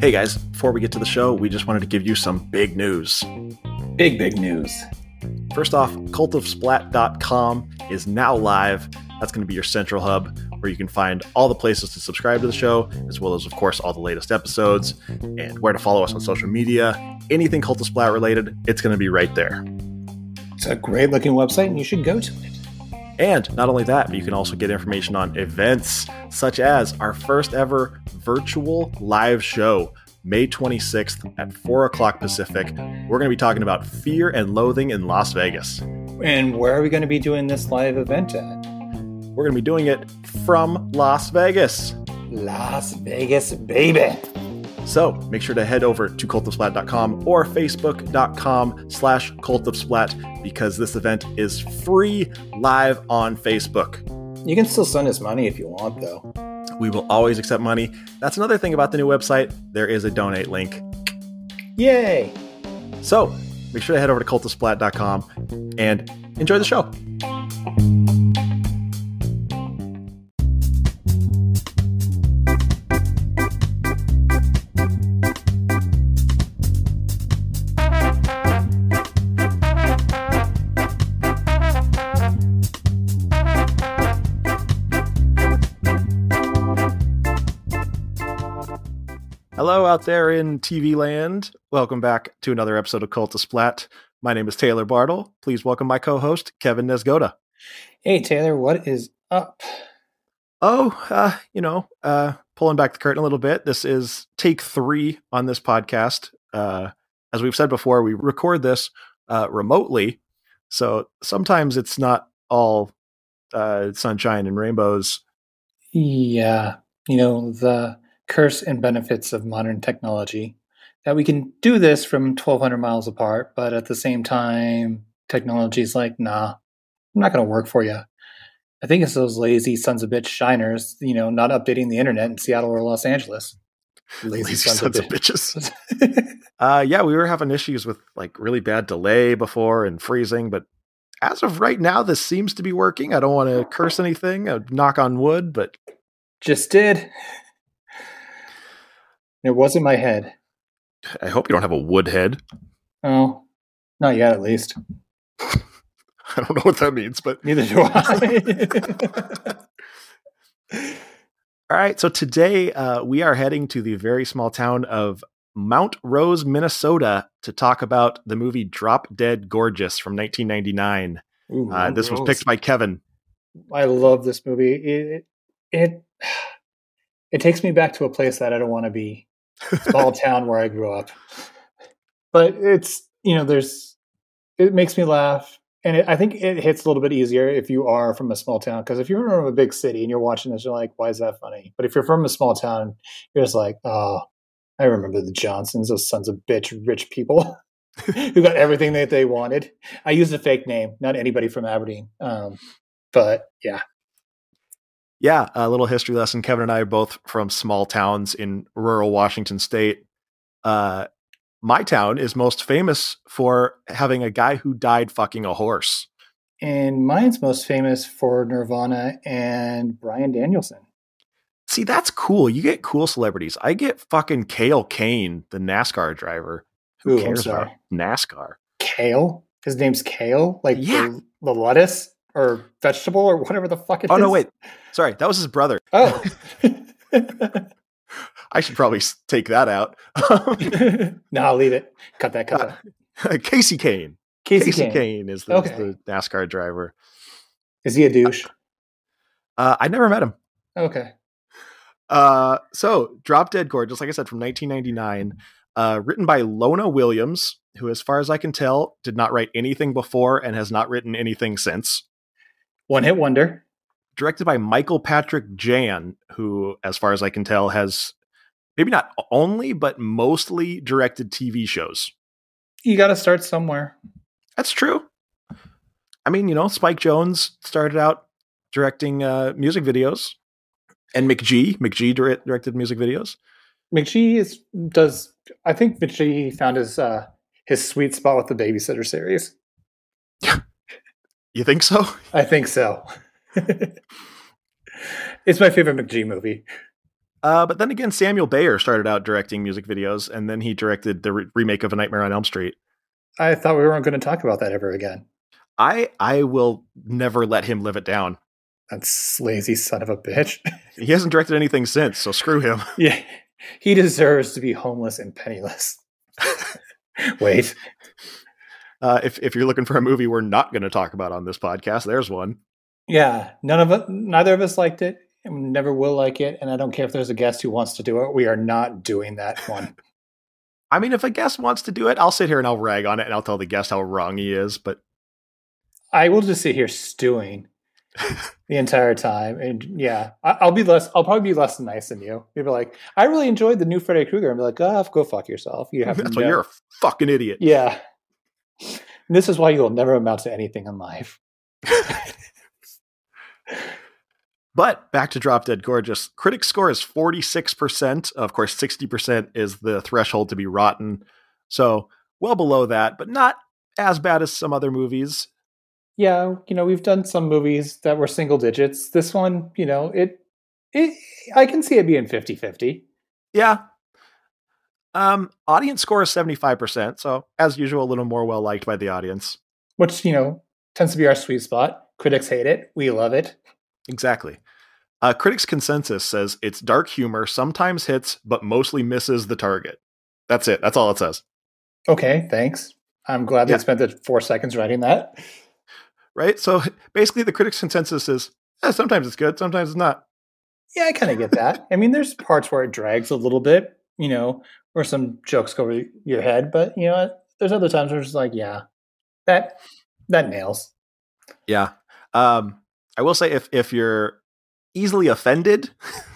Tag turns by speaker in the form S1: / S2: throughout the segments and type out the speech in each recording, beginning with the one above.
S1: Hey guys, before we get to the show, we just wanted to give you some big news.
S2: Big, big news.
S1: First off, cultofsplat.com is now live. That's going to be your central hub where you can find all the places to subscribe to the show, as well as, of course, all the latest episodes and where to follow us on social media. Anything Cult of Splat related, it's going to be right there.
S2: It's a great looking website and you should go to it.
S1: And not only that, but you can also get information on events such as our first ever virtual live show, May 26th at 4 o'clock Pacific. We're going to be talking about fear and loathing in Las Vegas.
S2: And where are we going to be doing this live event at?
S1: We're going to be doing it from Las Vegas.
S2: Las Vegas, baby.
S1: So make sure to head over to cultofsplat.com or facebook.com slash cultofsplat because this event is free live on Facebook.
S2: You can still send us money if you want, though.
S1: We will always accept money. That's another thing about the new website. There is a donate link.
S2: Yay.
S1: So make sure to head over to cultofsplat.com and enjoy the show. Hello, out there in TV land. Welcome back to another episode of Cult of Splat. My name is Taylor Bartle. Please welcome my co host, Kevin Nesgoda.
S2: Hey, Taylor, what is up?
S1: Oh, uh, you know, uh, pulling back the curtain a little bit. This is take three on this podcast. Uh, as we've said before, we record this uh, remotely. So sometimes it's not all uh, sunshine and rainbows.
S2: Yeah, you know, the curse and benefits of modern technology that we can do this from 1,200 miles apart, but at the same time, technology's like, nah, I'm not going to work for you. I think it's those lazy sons of bitch shiners, you know, not updating the internet in Seattle or Los Angeles.
S1: Lazy sons, of bitches.
S2: bitches.
S1: Uh, yeah, we were having issues with like really bad delay before and freezing, but as of right now, this seems to be working. I don't want to curse anything, uh, knock on wood, but
S2: Just did. It was in my head.
S1: I hope you don't have a wood head.
S2: Oh, not yet, at least.
S1: I don't know what that means, but
S2: Neither do I.
S1: all right. So today uh, we are heading to the very small town of Mount Rose, Minnesota, to talk about the movie Drop Dead Gorgeous from 1999.
S2: Ooh,
S1: Uh, this was
S2: gross.
S1: picked by Kevin.
S2: I love this movie. It it it takes me back to a place that I don't want to be. Small town where I grew up. But it's you know there's it makes me laugh, and it, I think it hits a little bit easier if you are from a small town because if you're from a big city and you're watching this, you're like, why is that funny? But if you're from a small town, you're just like, oh, I remember the Johnsons, those sons of bitch, rich people. who got everything that they wanted. I used a fake name, not anybody from Aberdeen. Um, but yeah,
S1: Yeah, a little history lesson. Kevin and I are both from small towns in rural Washington state. Uh, my town is most famous for having a guy who died fucking a horse.
S2: and mine's most famous for Nirvana and Brian Danielson.
S1: See, that's cool. You get cool celebrities. I get fucking Kale Kane, the NASCAR driver. Who
S2: Ooh, I'm
S1: cares about
S2: sorry.
S1: NASCAR?
S2: Kale, his name's Kale, like
S1: Yeah.
S2: the, the lettuce or vegetable or whatever the fuck it is.
S1: Oh no, wait. Sorry, that was his brother.
S2: Oh,
S1: I should probably s- take that out.
S2: no, I'll leave it. Cut that.
S1: Uh,
S2: Cut that.
S1: Casey Kane.
S2: Casey,
S1: Kane.
S2: Kane.
S1: is the, is
S2: Okay.
S1: the NASCAR driver.
S2: Is he a douche?
S1: Uh, I never met him.
S2: Okay.
S1: Uh, so Drop Dead Gorgeous, like I said, from 1999, uh, written by Lona Williams, who, as far as I can tell, did not write anything before and has not written anything since.
S2: One hit wonder.
S1: directed by Michael Patrick Jan, who, as far as I can tell, has maybe not only but mostly directed TV shows.
S2: You got to start somewhere.
S1: That's true. I mean, you know, Spike Jones started out directing uh, music videos, and McGee McGee dir- directed music videos.
S2: McGee is does. I think McGee found his uh, his sweet spot with the babysitter series.
S1: You think so?
S2: I think so. It's my favorite McG movie.
S1: Uh, but then again, Samuel Bayer started out directing music videos, and then he directed the re- remake of A Nightmare on Elm Street.
S2: I thought we weren't going to talk about that ever again.
S1: I I will never let him live it down.
S2: That's lazy son of a bitch.
S1: He hasn't directed anything since, so screw him.
S2: yeah, he deserves to be homeless and penniless. Wait,
S1: Uh, if if you're looking for a movie we're not going to talk about on this podcast, there's one.
S2: yeah, none of us, neither of us liked it. and Never will like it, and I don't care if there's a guest who wants to do it. We are not doing that one.
S1: I mean, if a guest wants to do it, I'll sit here and I'll rag on it and I'll tell the guest how wrong he is. But
S2: I will just sit here stewing the entire time. And yeah, I, I'll be less, I'll probably be less nice than you. You'll be like, I really enjoyed the new Freddy Krueger. I'm like, ah, go fuck yourself. You have
S1: that's
S2: no-
S1: why you're a fucking idiot.
S2: Yeah. And this is why you'll never amount to anything in life.
S1: But back to Drop Dead Gorgeous. Critic score is 46%. Of course, 60% is the threshold to be rotten. So well below that, but not as bad as some other movies.
S2: Yeah, you know, we've done some movies that were single digits. This one, you know, it, it I can see it being 50 50.
S1: Yeah. Um, audience score is 75%. So as usual, a little more well liked by the audience.
S2: which you know tends to be our sweet spot. Critics hate it, we love it.
S1: Exactly. Uh, critics' consensus says it's dark humor, sometimes hits, but mostly misses the target. That's it. That's all it says.
S2: Okay, thanks. I'm glad
S1: Yeah.
S2: they spent the four seconds writing that.
S1: Right? So basically, the critics' consensus is eh, sometimes it's good, sometimes it's not.
S2: Yeah, I kind of get that. I mean, there's parts where it drags a little bit, you know, or some jokes go over your head, but you know, there's other times where it's just like, yeah, that that nails.
S1: Yeah. Um, I will say if if you're easily offended,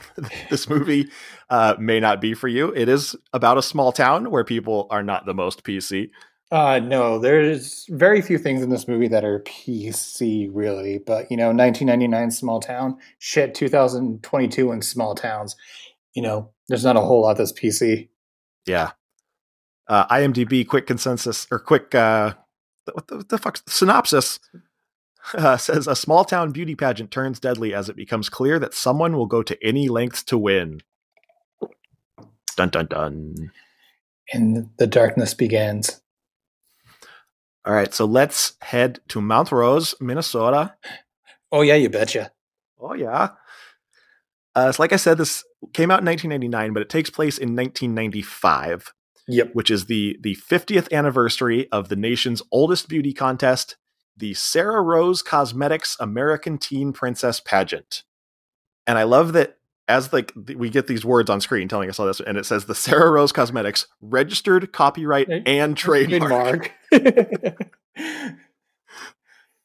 S1: this movie uh, may not be for you. It is about a small town where people are not the most PC.
S2: Uh, no, there's very few things in this movie that are PC, really. But you know, 1999 small town shit. 2022 in small towns, you know, there's not a whole lot that's PC.
S1: Yeah. Uh, IMDb quick consensus or quick uh, what the, what the fuck synopsis uh, says a small town beauty pageant turns deadly as it becomes clear that someone will go to any lengths to win. Dun dun dun.
S2: and the darkness begins.
S1: All right, so let's head to Mount Rose, Minnesota,
S2: Oh yeah, you betcha.
S1: Oh yeah. Uh, so like I said, this came out in 1999, but it takes place in 1995,
S2: Yep.
S1: which is the the 50th anniversary of the nation's oldest beauty contest, the Sarah Rose Cosmetics American Teen Princess Pageant. And I love that as like th- we get these words on screen telling us all this, and it says the Sarah Rose Cosmetics registered copyright
S2: Eh,
S1: and trademark.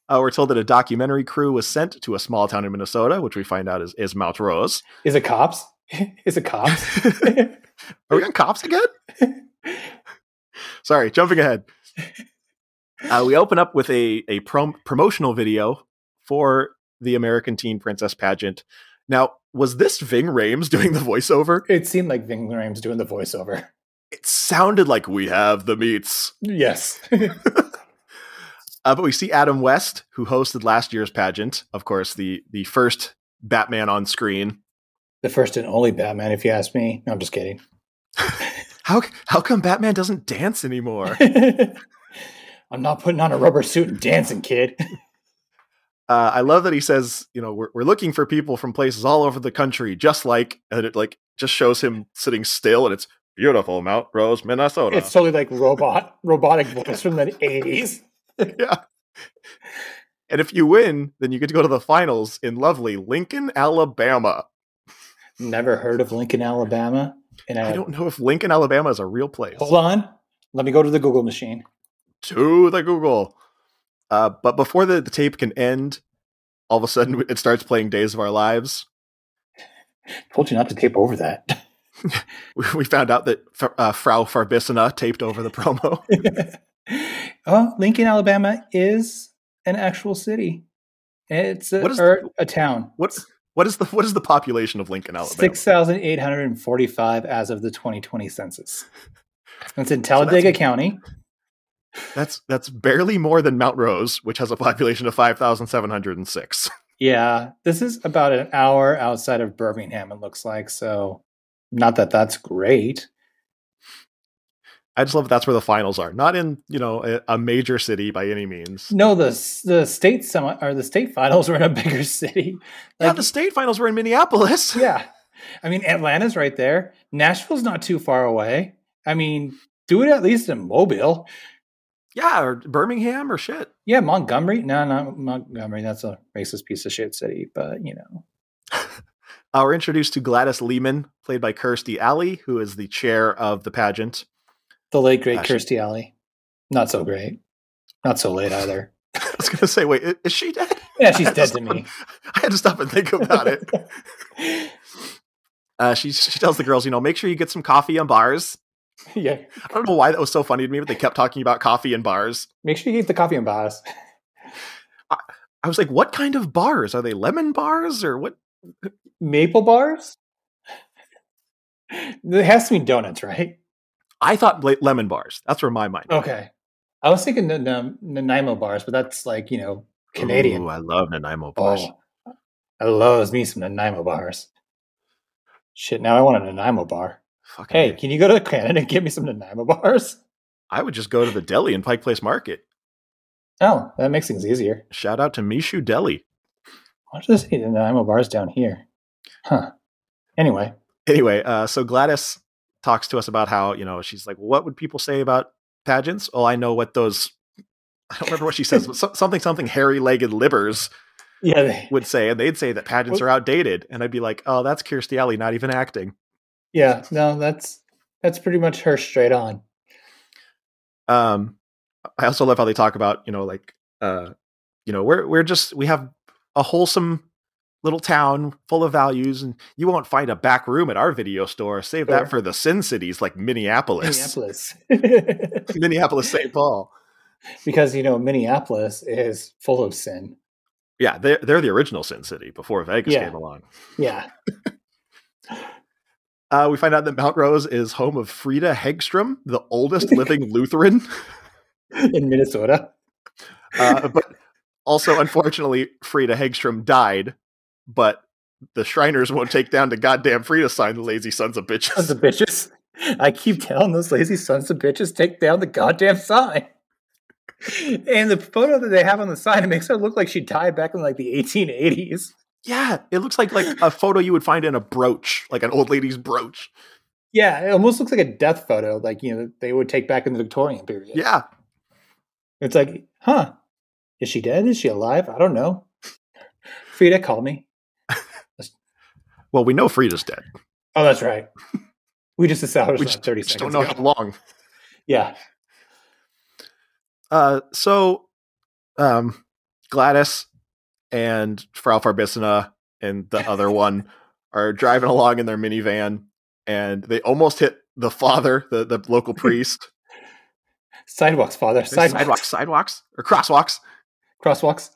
S1: Uh, we're told that a documentary crew was sent to a small town in Minnesota, which we find out is, is Mount Rose.
S2: Is it cops? Is it cops?
S1: Are we on cops again? Sorry, jumping ahead. Uh, we open up with a a prom- promotional video for the American Teen Princess Pageant. Now, was this Ving Rhames doing the voiceover?
S2: it seemed like Ving Rhames doing the voiceover.
S1: It sounded like we have the meats.
S2: Yes.
S1: Uh, but we see Adam West, who hosted last year's pageant, of course, the the first Batman on screen.
S2: the first and only Batman, if you ask me. No, I'm just kidding.
S1: How how come Batman doesn't dance anymore?
S2: I'm not putting on a rubber suit and dancing, kid.
S1: uh, I love that he says, you know, we're, we're looking for people from places all over the country, just like, and it like just shows him sitting still, and it's beautiful, Mount Rose, Minnesota.
S2: It's totally like robot robotic voice from the 80s.
S1: and if you win, then you get to go to the finals in lovely Lincoln, Alabama.
S2: Never heard of Lincoln, Alabama. And I,
S1: I don't know if Lincoln, Alabama is a real place.
S2: hold on. Let me go to the Google machine.
S1: To the Google. Uh, but before the, the tape can end, all of a sudden it starts playing Days of Our Lives.
S2: Told you not to tape over that.
S1: We, we found out that F- uh, Frau Farbissina taped over the promo.
S2: oh, Lincoln, Alabama is an actual city. It's a,
S1: What is-
S2: or a town.
S1: What's what is the what is the population of Lincoln, Alabama?
S2: Six thousand eight hundred and forty-five as of the 2020 census. That's in Talladega County.
S1: That's that's barely more than Mount Rose, which has a population of five thousand seven hundred and six.
S2: Yeah, this is about an hour outside of Birmingham, it looks like. So, not that that's great.
S1: I just love that that's where the finals are. Not in, you know, a, a major city by any means.
S2: No, the the state semi or the state finals were in a bigger city.
S1: yeah, the state finals were in Minneapolis.
S2: yeah. I mean, Atlanta's right there. Nashville's not too far away. I mean, do it at least in Mobile.
S1: Yeah, or Birmingham or shit.
S2: Yeah, Montgomery. No, not Montgomery. That's a racist piece of shit city, but you know.
S1: Uh, we're introduced to Gladys Lehman, played by Kirstie Alley, who is the chair of the pageant.
S2: The late great
S1: Actually-
S2: Kirstie Alley. Not so great. Not so late either.
S1: I was going to say, wait, i- is she dead?
S2: Yeah, she's
S1: I
S2: dead
S1: just-
S2: to me.
S1: I had to stop and think about it. Uh, she she tells the girls, you know, make sure you get some coffee and bars.
S2: yeah.
S1: I don't know why that was so funny to me, but they kept talking about coffee and bars.
S2: Make sure you eat the coffee and bars.
S1: I was like, what kind of bars are they? Lemon bars or what?
S2: Maple bars? It has to be donuts, right?
S1: I thought la- lemon bars. That's where my mind. went.
S2: Okay. I was thinking N- N- Nanaimo bars, but that's like, you know, Canadian.
S1: Ooh, I love Nanaimo bars.
S2: Oh, I loves me some Nanaimo bars. Shit, now I want a Nanaimo bar.
S1: Fucking
S2: Hey,
S1: A.
S2: can you go to Canada and get me some Nanaimo bars?
S1: I would just go to the deli in Pike Place Market.
S2: Oh, that makes things easier.
S1: Shout out to Mishu Deli.
S2: Why does this Nanaimo bars down here? Huh. Anyway,
S1: Anyway, uh, so Gladys talks to us about how you know she's like, what would people say about pageants? Oh, I know what those. I don't remember what she says, but so- something something hairy legged libbers
S2: yeah, they,
S1: would say, and they'd say that pageants are outdated. And I'd be like, oh, that's Kirstie Alley, not even acting.
S2: yeah, no, that's that's pretty much her straight on.
S1: Um, I also love how they talk about you know like uh, you know we're we're just we have a wholesome little town full of values, and you won't find a back room at our video store. Save
S2: Sure.
S1: that for the sin cities like Minneapolis,
S2: Minneapolis,
S1: Minneapolis, St. Paul.
S2: because you know Minneapolis is full of sin.
S1: Yeah, they're they're the original Sin City before Vegas
S2: Yeah.
S1: came along.
S2: Yeah,
S1: Uh, we find out that Mount Rose is home of Frida Hegstrom, the oldest living Lutheran.
S2: in Minnesota.
S1: Uh, but also, unfortunately, Frida Hegstrom died, but the Shriners won't take down the goddamn Frida sign, the lazy sons of
S2: sons
S1: bitches.
S2: of bitches. I keep telling those lazy sons of bitches take down the goddamn sign. And the photo that they have on the sign, it makes her look like she died back in like the 1880s.
S1: Yeah, it looks like like a photo you would find in a brooch, like an old lady's brooch.
S2: Yeah, it almost looks like a death photo, like you know they would take back in the Victorian period.
S1: Yeah.
S2: it's like, huh? Is she dead? Is she alive? I don't know. Frida, call me.
S1: Well, we know Frida's dead.
S2: Oh, that's right. We just established
S1: We
S2: that 30
S1: Just
S2: seconds
S1: don't know
S2: ago.
S1: how long.
S2: Yeah,
S1: Uh, so um, Gladys and Frau Farbissina and the other one are driving along in their minivan, and they almost hit the father, the, the local priest.
S2: sidewalks, father, sidewalks,
S1: sidewalks, sidewalks, or crosswalks.
S2: crosswalks.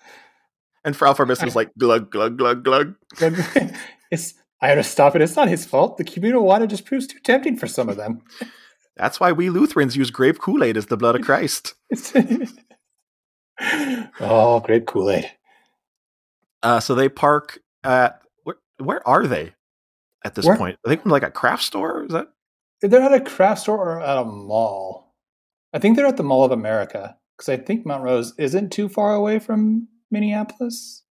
S1: And Frau Farbissina's like glug glug glug glug.
S2: Like, it's I had to stop it. It's not his fault. The communal water just proves too tempting for some of them.
S1: That's why we Lutherans use grape Kool Aid as the blood of Christ.
S2: It's oh, great Kool Aid.
S1: Uh, so they park at where, where are they at this
S2: Where-
S1: point? Are they going to like a craft store? Is that
S2: They're at a craft store or at a mall. I think they're at the Mall of America because I think Mount Rose isn't too far away from Minneapolis.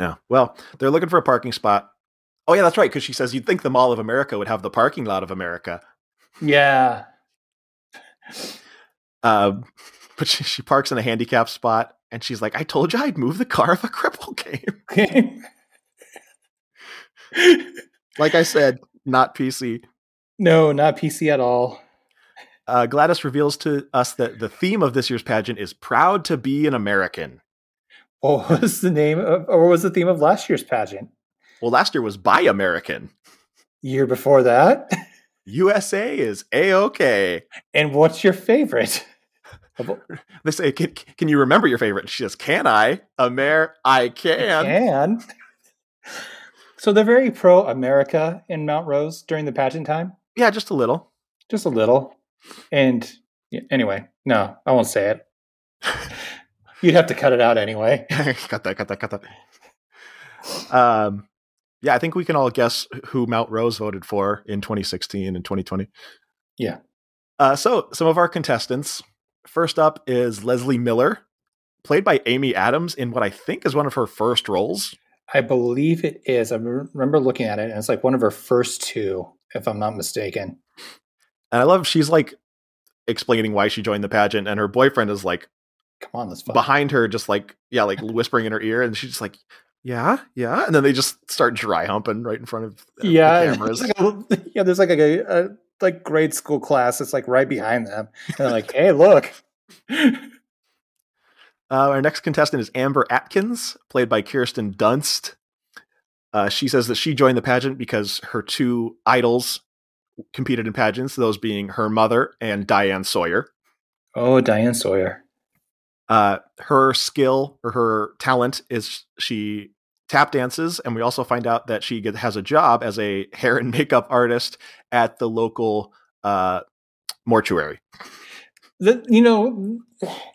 S1: Yeah. Well, they're looking for a parking spot. Oh yeah, that's right. Because she says you'd think the Mall of America would have the parking lot of America,
S2: Yeah.
S1: um, but she, she parks in a handicap spot, and she's like, "I told you I'd move the car if a cripple came." like I said, not PC.
S2: no, not PC at all.
S1: Uh, Gladys reveals to us that the theme of this year's pageant is "Proud to be an American."
S2: What was the name of, or what was the theme of last year's pageant?
S1: Well, last year was "Buy American."
S2: Year before that?
S1: USA is a okay.
S2: And what's your favorite? Of-
S1: They say, can, "Can you remember your favorite?" She says, "Can I, Amer? I can."
S2: And so they're very pro America in Mount Rose during the pageant time,
S1: Yeah, just a little.
S2: just a little. And yeah, anyway, no, I won't say it. You'd have to cut it out anyway.
S1: cut that, cut that, cut that. Um, yeah, I think we can all guess who Mount Rose voted for in 2016 and 2020.
S2: Yeah.
S1: Uh, so some of our contestants. First up is Leslie Miller, played by Amy Adams in what I think is one of her first roles.
S2: I believe it is. I remember looking at it, and it's like one of her first two, if I'm not mistaken.
S1: And I love she's like explaining why she joined the pageant, and her boyfriend is like
S2: Come on, let's fuck.
S1: behind her, just like yeah, like whispering in her ear, and she's just like, yeah, yeah, and then they just start dry humping right in front of uh, the
S2: Yeah,
S1: cameras.
S2: it's like a- yeah. There's like a, a like grade school class. It's like right behind them, and they're like, "Hey, look."
S1: Uh, our next contestant is Amber Atkins, played by Kirsten Dunst. Uh, she says that she joined the pageant because her two idols competed in pageants, those being her mother and Diane Sawyer.
S2: Oh, Diane Sawyer.
S1: Uh, her skill or her talent is she tap dances, and we also find out that she get, has a job as a hair and makeup artist at the local uh, mortuary.
S2: The, you know,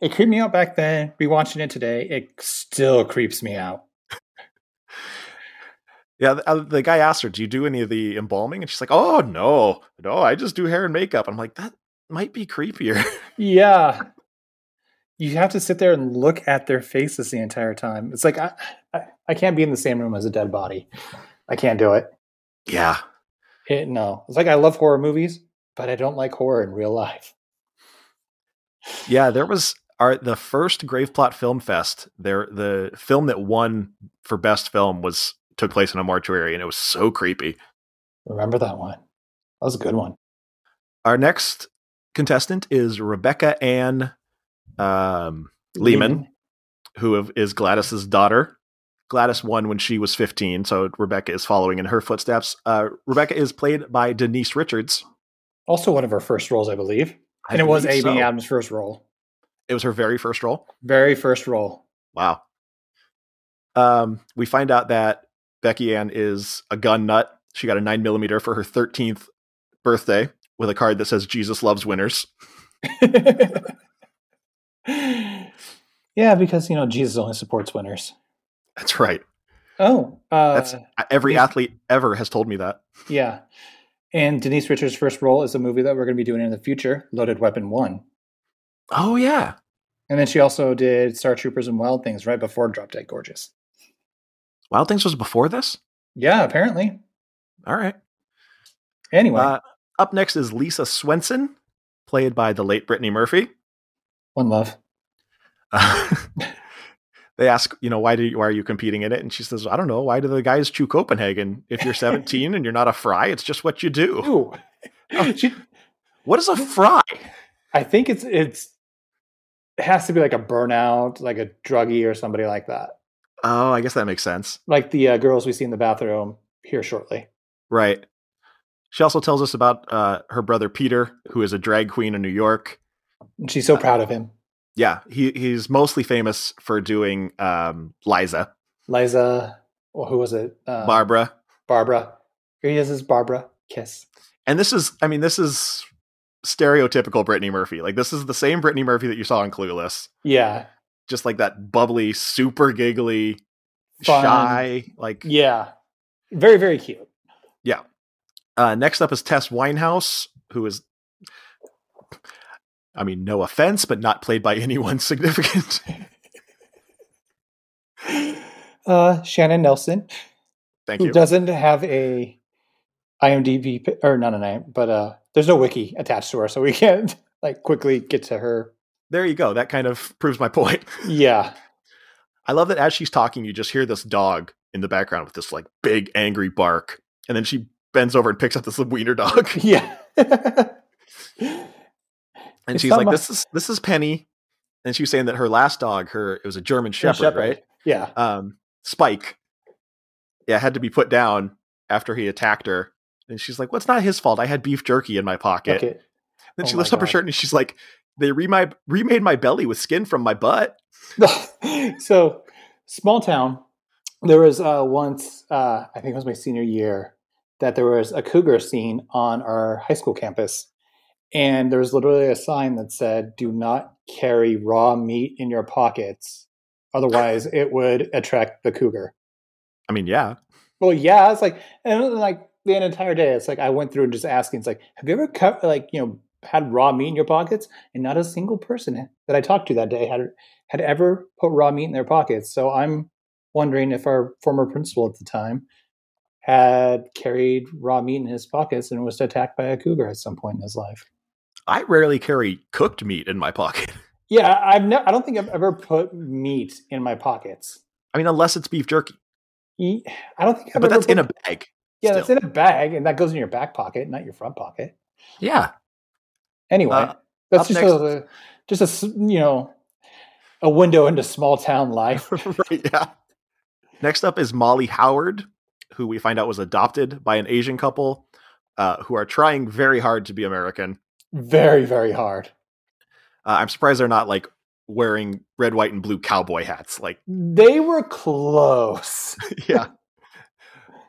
S2: it creeped me out back then. Rewatching it today, it still creeps me out.
S1: Yeah, the, uh, the guy asked her, "Do you do any of the embalming?" And she's like, "Oh no, no, I just do hair and makeup." I'm like, that might be creepier.
S2: Yeah. You have to sit there and look at their faces the entire time. It's like I, I, I can't be in the same room as a dead body. I can't do it.
S1: yeah,
S2: it. Eh, No, it's like I love horror movies, but I don't like horror in real life.
S1: yeah. There was our the first Grave Plot Film Fest. There, the film that won for best film was took place in a mortuary, and it was so creepy.
S2: Remember that one? That was a good one.
S1: Our next contestant is Rebecca Ann um, Lehman, who of- is Gladys's daughter. Gladys won when she was 15, so Rebecca is following in her footsteps. Uh, Rebecca is played by Denise Richards.
S2: also one of her first roles, I believe,
S1: I
S2: and it was
S1: believe
S2: Amy
S1: so.
S2: Adams' first role,
S1: It was her very first role.
S2: very first role.
S1: Wow. Um, we find out that Becky Ann is a gun nut. She got a nine millimeter for her 13th birthday with a card that says Jesus loves winners.
S2: yeah, because you know Jesus only supports winners.
S1: That's right.
S2: Oh, uh,
S1: That's- Every
S2: Yes.
S1: athlete ever has told me that.
S2: yeah. And Denise Richards' first role is a movie that we're going to be doing in the future, Loaded Weapon One.
S1: Oh, yeah.
S2: And then she also did Star Troopers and Wild Things right before Drop Dead Gorgeous.
S1: Wild Things was before this?
S2: Yeah, apparently.
S1: All right.
S2: Anyway,
S1: Uh, up next is Lisa Swenson, played by the late Brittany Murphy.
S2: one love.
S1: Uh, they ask, you know, why do you, why are you competing in it? And she says, I don't know. Why do the guys chew Copenhagen? If you're 17 and you're not a fry, it's just what you do.
S2: Ooh. Oh,
S1: What is a fry?
S2: I think it's it's it has to be like a burnout, like a druggie or somebody like that.
S1: Oh, I guess that makes sense.
S2: Like the uh, girls we see in the bathroom here shortly.
S1: Right. She also tells us about uh, her brother Peter, who is a drag queen in New York.
S2: And she's
S1: Uh-huh.
S2: so proud of him.
S1: Yeah, he, he's mostly famous for doing um, Liza,
S2: Liza, or who was it? Uh,
S1: Barbara,
S2: Barbara. Here he is, is Barbara. Kiss.
S1: and this is i mean this is stereotypical brittany murphy like this is the same brittany murphy that you saw in clueless
S2: Yeah.
S1: just like that bubbly super giggly
S2: Fun.
S1: shy like
S2: Yeah. Very, very cute.
S1: uh, next up is tess winehouse who is i mean no offense but not played by anyone significant
S2: Uh, Shannon Nelson,
S1: thank
S2: who
S1: you
S2: doesn't have a IMDb, pi- or not an IM, but uh, there's no wiki attached to her, so we can't like quickly get to her.
S1: there you go that kind of proves my point
S2: Yeah.
S1: i love that as she's talking you just hear this dog in the background with this like big angry bark and then she bends over and picks up this little wiener dog
S2: Yeah.
S1: and
S2: It's
S1: she's
S2: not
S1: like,
S2: my-
S1: "This is this is Penny," and she was saying that her last dog, her it was a German Shepherd, right?
S2: Yeah.
S1: Um, Spike, yeah, had to be put down after he attacked her, and she's like, "Well, it's not his fault. I had beef jerky in my pocket."
S2: Okay.
S1: Then
S2: Oh
S1: she
S2: my
S1: lifts up her
S2: God.
S1: shirt and she's like, "They re- my, remade my belly with skin from my butt."
S2: so, small town. There was uh, once, uh, I think it was my senior year, that there was a cougar scene on our high school campus, and there was literally a sign that said, "Do not carry raw meat in your pockets, otherwise it would attract the cougar."
S1: I mean, yeah.
S2: Well, yeah, it's like and like the entire day, it's like I went through and just asking, it's like, have you ever cut like you know had raw meat in your pockets? And not a single person that I talked to that day had had ever put raw meat in their pockets. So I'm wondering if our former principal at the time had carried raw meat in his pockets and was attacked by a cougar at some point in his life.
S1: I rarely carry cooked meat in my pocket.
S2: Yeah, I've ne- I don't think I've ever put meat in my pockets.
S1: I mean, unless it's beef jerky.
S2: E- I don't think I've
S1: but
S2: ever
S1: that's in a
S2: put-
S1: bag.
S2: yeah,
S1: still.
S2: that's in a bag, and that goes in your back pocket, not your front pocket.
S1: Yeah.
S2: Anyway,
S1: Uh,
S2: that's
S1: up
S2: just
S1: next-
S2: a just a s- you know a window into small town life.
S1: right. Yeah. Next up is Molly Howard, who we find out was adopted by an Asian couple uh, who are trying very hard to be American.
S2: Very very hard.
S1: Uh, I'm surprised they're not like wearing red, white, and blue cowboy hats. Like,
S2: They were close.
S1: yeah.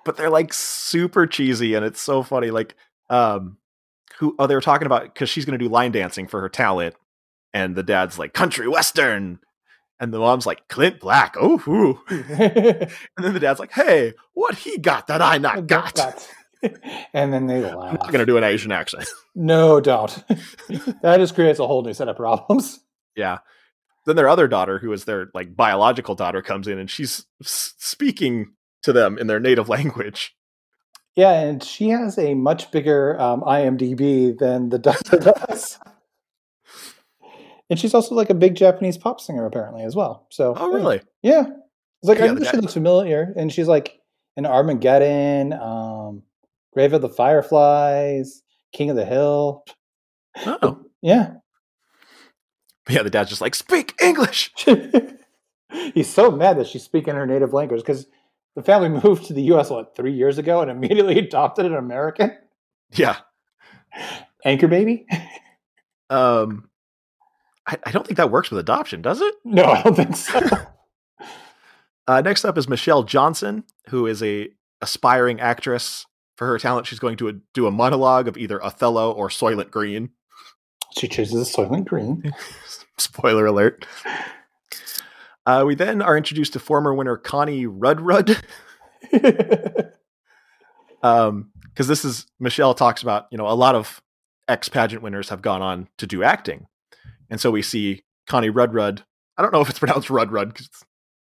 S1: but they're like super cheesy and it's so funny. Like, um, who, oh, they were talking about because she's going to do line dancing for her talent. And the dad's like, country western. And the mom's like, Clint Black. Oh, ooh. And then the dad's like, hey, what he got that I not got?
S2: and then they
S1: I'm
S2: laugh.
S1: not going to do an Asian accent.
S2: No, don't. that just creates a whole new set of problems.
S1: Yeah. Then their other daughter, who is their like biological daughter, comes in and she's s- speaking to them in their native language.
S2: Yeah, and she has a much bigger um, IMDb than the doctor does. and she's also like a big Japanese pop singer, apparently, as well. So,
S1: Oh,
S2: yeah.
S1: really?
S2: Yeah. It's like,
S1: Yeah,
S2: I
S1: the
S2: knew she
S1: guy-
S2: looks familiar. And she's like in Armageddon, um, Grave of the Fireflies, King of the Hill.
S1: Oh,
S2: Yeah.
S1: yeah. The dad's just like speak English.
S2: He's so mad that she's speaking her native language because the family moved to the U.S., what, three years ago and immediately adopted an American
S1: Yeah.
S2: anchor baby?
S1: Um, I, I don't think that works with adoption, does it?
S2: No, I don't think so.
S1: Uh, next up is Michelle Johnson, who is a aspiring actress. For her talent, she's going to do a monologue of either Othello or Soylent Green.
S2: she chooses Soylent Green.
S1: Spoiler alert. Uh, we then are introduced to former winner Connie Rudrud. um because this is michelle talks about you know a lot of ex pageant winners have gone on to do acting and so we see connie rudrud i don't know if it's pronounced rudrud 'cause it's-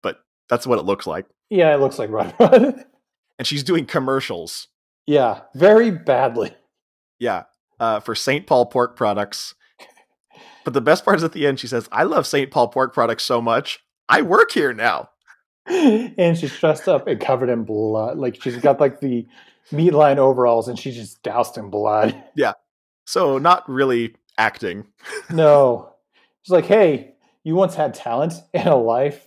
S1: but that's what it looks like
S2: yeah, it looks like Rod Rod.
S1: and she's doing commercials
S2: yeah, very badly.
S1: yeah uh, for st paul pork products but the best part is at the end she says i love st paul pork products so much i work here now
S2: and she's dressed up and covered in blood. Like she's got like the meat line overalls and she's just doused in blood.
S1: so not really acting
S2: No. She's like, hey, you once had talent and a life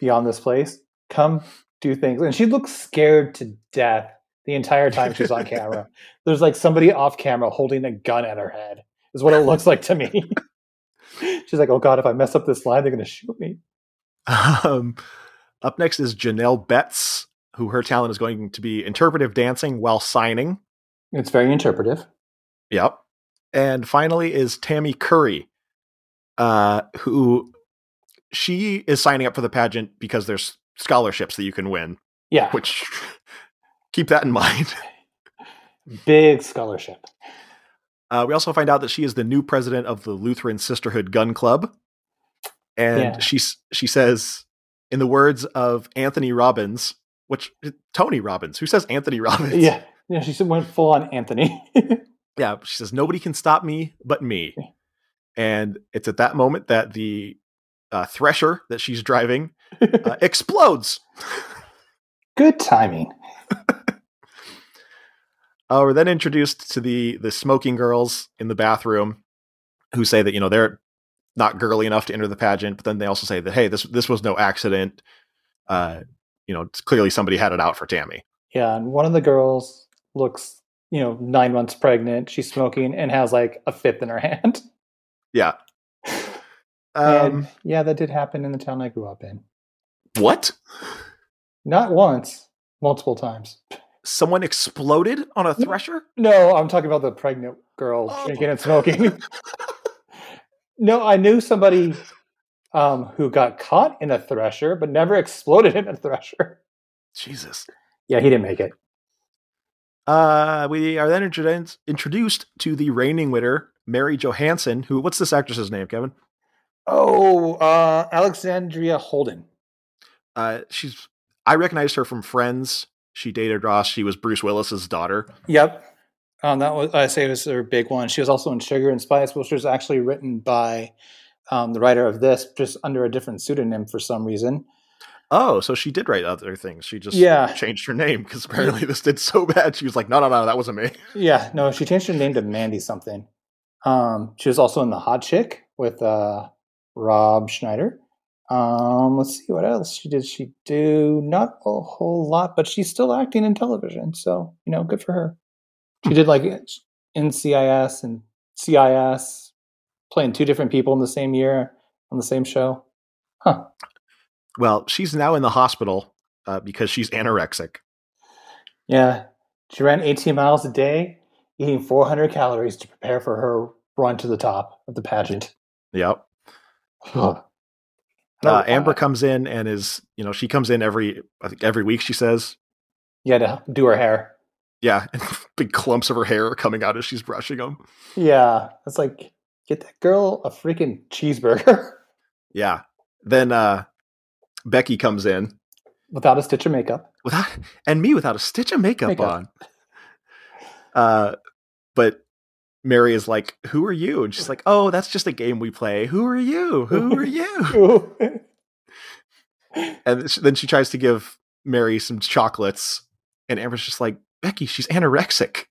S2: beyond this place. Come do things. And she looks scared to death the entire time she's on camera. There's like somebody off camera holding a gun at her head, is what it looks like to me. she's like, oh God, if I mess up this line, they're going to shoot me.
S1: Um, up next is Janelle Betts, who her talent is going to be interpretive dancing while signing.
S2: It's very interpretive.
S1: Yep. And finally is Tammy Curry, uh, who she is signing up for the pageant because there's scholarships that you can win,
S2: Yeah.
S1: which keep that in mind.
S2: Big scholarship.
S1: Uh, we also find out that she is the new president of the Lutheran Sisterhood Gun Club, and
S2: Yeah.
S1: she s- she says, in the words of Anthony Robbins, which eh, Tony Robbins, who says Anthony Robbins?
S2: Yeah. Yeah, she said- went full on Anthony.
S1: yeah, she says, nobody can stop me but me. And it's at that moment that the uh, thresher that she's driving uh, explodes.
S2: Good timing.
S1: Uh, we're then introduced to the the smoking girls in the bathroom, who say that you know they're not girly enough to enter the pageant, but then they also say that hey, this this was no accident. Uh, you know, it's clearly somebody had it out for Tammy.
S2: Yeah, and one of the girls looks, you know, nine months pregnant. She's smoking and has like a fifth in her hand.
S1: Yeah.
S2: and
S1: Um,
S2: yeah, that did happen in the town I grew up in.
S1: what?
S2: Not once, multiple times.
S1: Someone exploded on a thresher?
S2: No, I'm talking about the pregnant girl
S1: Oh.
S2: drinking and smoking. no, I knew somebody um, who got caught in a thresher, but never exploded in a thresher.
S1: Jesus.
S2: Yeah, he didn't make it.
S1: Uh, we are then introduced introduced to the reigning winner, Mary Johansson, who, what's this actress's name, Kevin?
S2: Oh, uh, Alexandria Holden.
S1: Uh, she's, I recognized her from Friends. She dated Ross. She was Bruce Willis's daughter.
S2: Yep. Um, that was I say it was her big one. She was also in Sugar and Spice, which was actually written by um, the writer of this, just under a different pseudonym for some reason.
S1: Oh, so she did write other things. She just
S2: Yeah.
S1: changed her name because apparently this did so bad. She was like, no, no, no, that wasn't me.
S2: Yeah, no, she changed her name to Mandy something. Um, she was also in The Hot Chick with uh, Rob Schneider. Um, let's see what else she did. She do not a whole lot, but she's still acting in television, so you know, good for her. She did like NCIS and CIS, playing two different people in the same year on the same show.
S1: Well, she's now in the hospital uh, because she's anorexic.
S2: Yeah, she ran 18 miles a day, eating 400 calories to prepare for her run to the top of the pageant.
S1: Yep.
S2: Ugh. I don't-
S1: Uh, Amber comes in and is, you know, she comes in every, I think every week she says,
S2: Yeah, to do her hair.
S1: yeah, and big clumps of her hair are coming out as she's brushing them.
S2: Yeah, it's like get that girl a freaking cheeseburger
S1: Yeah. Then uh, Becky comes in
S2: without a stitch of makeup.
S1: without and me without a stitch of makeup,
S2: Makeup.
S1: on. Uh, but Mary is like, "Who are you?" And she's like, "Oh, that's just a game we play. Who are you? Who are you?"
S2: Ooh.
S1: and sh- then she tries to give Mary some chocolates, and Amber's just like, "Becky, she's anorexic."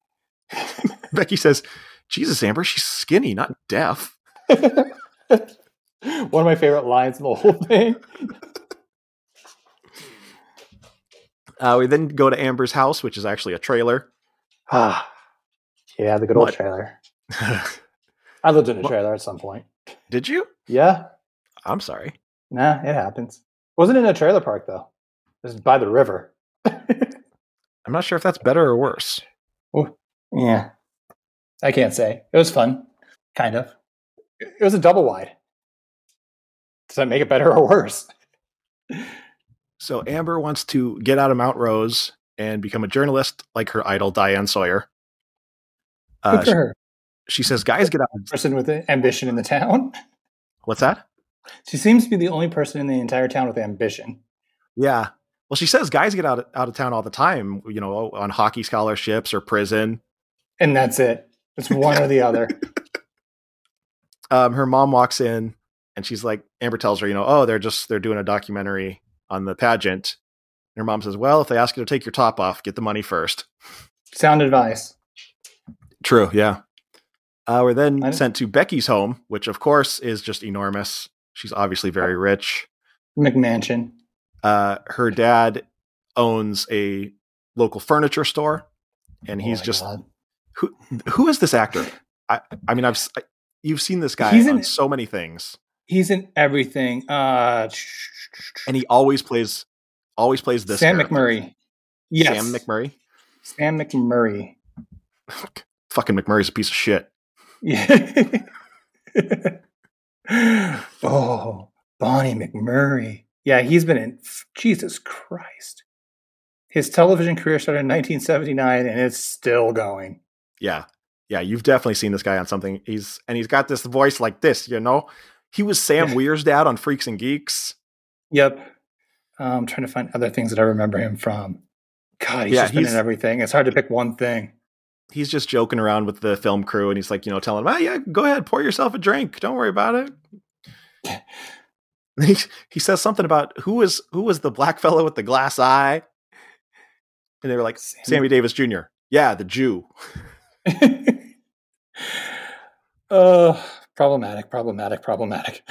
S1: Becky says, "Jesus, Amber, she's skinny, not deaf."
S2: One of my favorite lines in the whole thing.
S1: Uh, we then go to Amber's house, which is actually a trailer.
S2: Ah, yeah, the good old
S1: What?
S2: trailer. I lived in a
S1: What?
S2: trailer at some point.
S1: Did you?
S2: Yeah,
S1: I'm sorry.
S2: nah, it happens. Wasn't in a trailer park though. It was by the river.
S1: I'm not sure if that's better or worse.
S2: Yeah, I can't say. It was fun, kind of. It was a double wide. Does that make it better or worse?
S1: So Amber wants to get out of Mount Rose and become a journalist like her idol Diane Sawyer. Uh,
S2: Good for
S1: she,
S2: her.
S1: she says, "Guys, get out." of-"
S2: Person with ambition in the town.
S1: What's that?
S2: She seems to be the only person in the entire town with ambition.
S1: Yeah. Well, she says, "Guys, get out out of town all the time. You know, on hockey scholarships or prison."
S2: And that's it. It's one or the other.
S1: Um, her mom walks in and she's like, Amber tells her, "You know, oh, they're just they're doing a documentary on the pageant." And her mom says, "Well, if they ask you to take your top off, get the money first.
S2: Sound advice.
S1: True. Yeah. Uh, we're then
S2: I know.
S1: sent to Becky's home, which of course is just enormous. She's obviously very rich.
S2: McMansion.
S1: Uh, her dad owns a local furniture store, and
S2: Oh
S1: he's
S2: my
S1: just
S2: God.
S1: who is this actor? I, I mean, I've s- I, you've seen this guy
S2: He's
S1: on
S2: in-
S1: so many things,
S2: he's in everything. Uh
S1: and he always plays always plays this
S2: Sam
S1: character.
S2: McMurray. Yes.
S1: Sam McMurray.
S2: Sam McMurray.
S1: Fucking McMurray's a piece of shit.
S2: Yeah. oh, Bonnie McMurray. Yeah, he's been in Jesus Christ. His television career started in 1979 and it's still going.
S1: Yeah. Yeah, you've definitely seen this guy on something. He's and he's got this voice like this, you know. He was Sam
S2: Yeah.
S1: Weir's dad on Freaks and Geeks.
S2: Yep. Uh, I'm trying to find other things that I remember him from. God, he's
S1: Yeah,
S2: just been
S1: he's-
S2: in everything. It's hard to pick one thing.
S1: He's just joking around with the film crew and he's like, you know, telling them, "Ah, yeah, go ahead, pour yourself a drink. Don't worry about it." he, he says something about who was who was the black fellow with the glass eye? And they were like, Sammy Davis Jr. Yeah, the Jew.
S2: uh, problematic, problematic, problematic.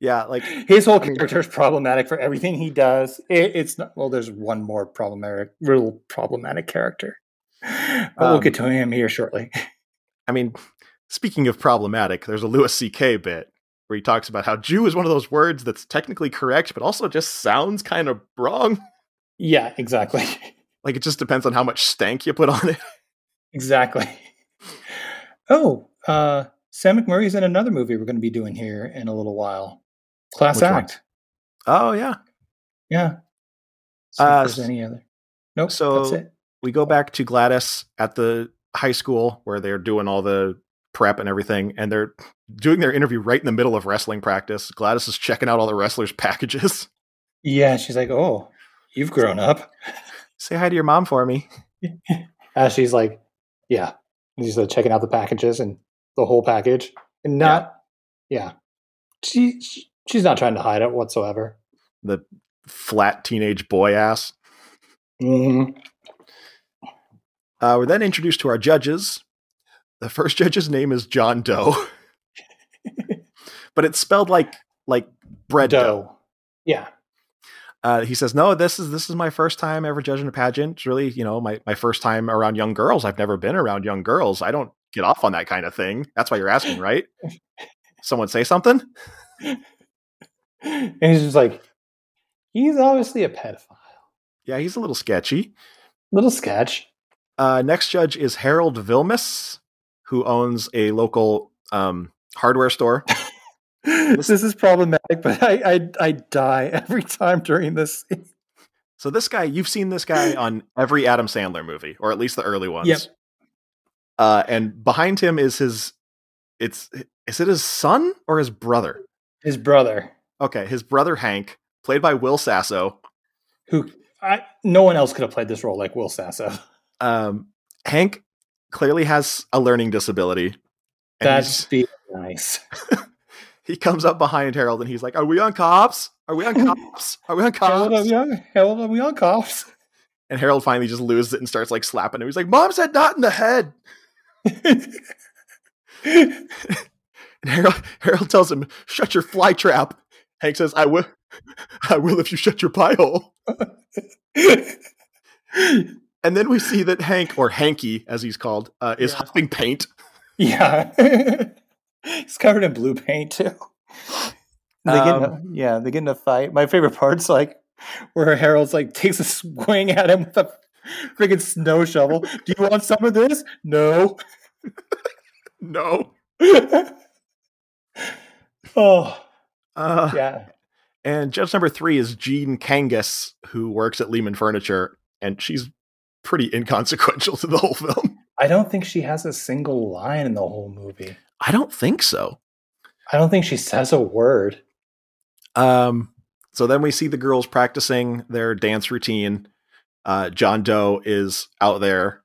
S1: Yeah, like
S2: His whole
S1: I mean-
S2: character is problematic for everything he does. It, it's not well. There's one more problematic, real problematic character. But we'll
S1: Um,
S2: get to him here shortly.
S1: I mean, speaking of problematic, there's a Lewis C.K. bit where he talks about how Jew is one of those words that's technically correct, but also just sounds kind of wrong.
S2: yeah, exactly,
S1: Like it just depends on how much stank you put on it.
S2: exactly. Oh, uh, Sam McMurray's in another movie we're going to be doing here in a little while. Class
S1: Which one?
S2: Act.
S1: Oh yeah,
S2: Yeah. See if
S1: Uh,
S2: there's any other. Nope.
S1: so-
S2: that's it.
S1: we go back to Gladys at the high school where they're doing all the prep and everything, and they're doing their interview right in the middle of wrestling practice. Gladys is checking out all the wrestlers' packages.
S2: Yeah, she's like, "Oh, you've grown up."
S1: Say hi to your mom for me.
S2: As she's like, "Yeah," and she's like checking out the packages and the whole package, and not, yeah, she, she she's not trying to hide it whatsoever.
S1: Flat teenage boy ass.
S2: Mm-hmm.
S1: Uh, we're then introduced to our judges. The first judge's name is John Doe, but it's spelled like like bread dough.
S2: Yeah.
S1: uh, he says, "No, this is this is my first time ever judging a pageant. It's really, you know, my my first time around young girls. I've never been around young girls. I don't get off on that kind of thing. That's why you're asking, right? Someone say something.
S2: And he's just like, he's obviously a pedophile.
S1: Yeah, he's a little sketchy.
S2: Little sketch.
S1: Uh, next judge is Harold Vilmus, who owns a local um, hardware store.
S2: This, is problematic, but I, I I die every time during this.
S1: So this guy, you've seen this guy on every Adam Sandler movie, or at least the early ones.
S2: Yep.
S1: Uh, and behind him is his. It's is it his son or his brother?
S2: His brother,
S1: Okay, his brother Hank, played by Will Sasso.
S2: who I no one else could have played this role like Will Sasso.
S1: Um, Hank clearly has a learning disability. And
S2: That's
S1: he's-
S2: be nice.
S1: he comes up behind Harold and he's like, "Are we on cops? Are we on cops? Are we on
S2: Harold, are
S1: cops?"
S2: we on, Harold, are we on cops?
S1: And Harold finally just loses it and starts like slapping him. He's like, "Mom said not in the head." And Harold, Harold tells him, "Shut your fly trap." Hank says, "I will, I will if you shut your pie hole." And then we see that Hank, or Hanky as he's called, uh, is
S2: Yeah.
S1: huffing paint.
S2: yeah. He's covered in blue paint too. They get in a,
S1: Um,
S2: yeah, they get in a fight. My favorite part's like where Harold's like takes a swing at him with a freaking snow shovel. Do you want some of this? No.
S1: No.
S2: oh
S1: Uh,
S2: yeah.
S1: And judge number three is Jean Kangas, who works at Lehman Furniture, and she's pretty inconsequential to the whole film.
S2: I don't think she has a single line in the whole movie.
S1: I don't think so.
S2: I don't think she says a word.
S1: Um, so then we see the girls practicing their dance routine. Uh, John Doe is out there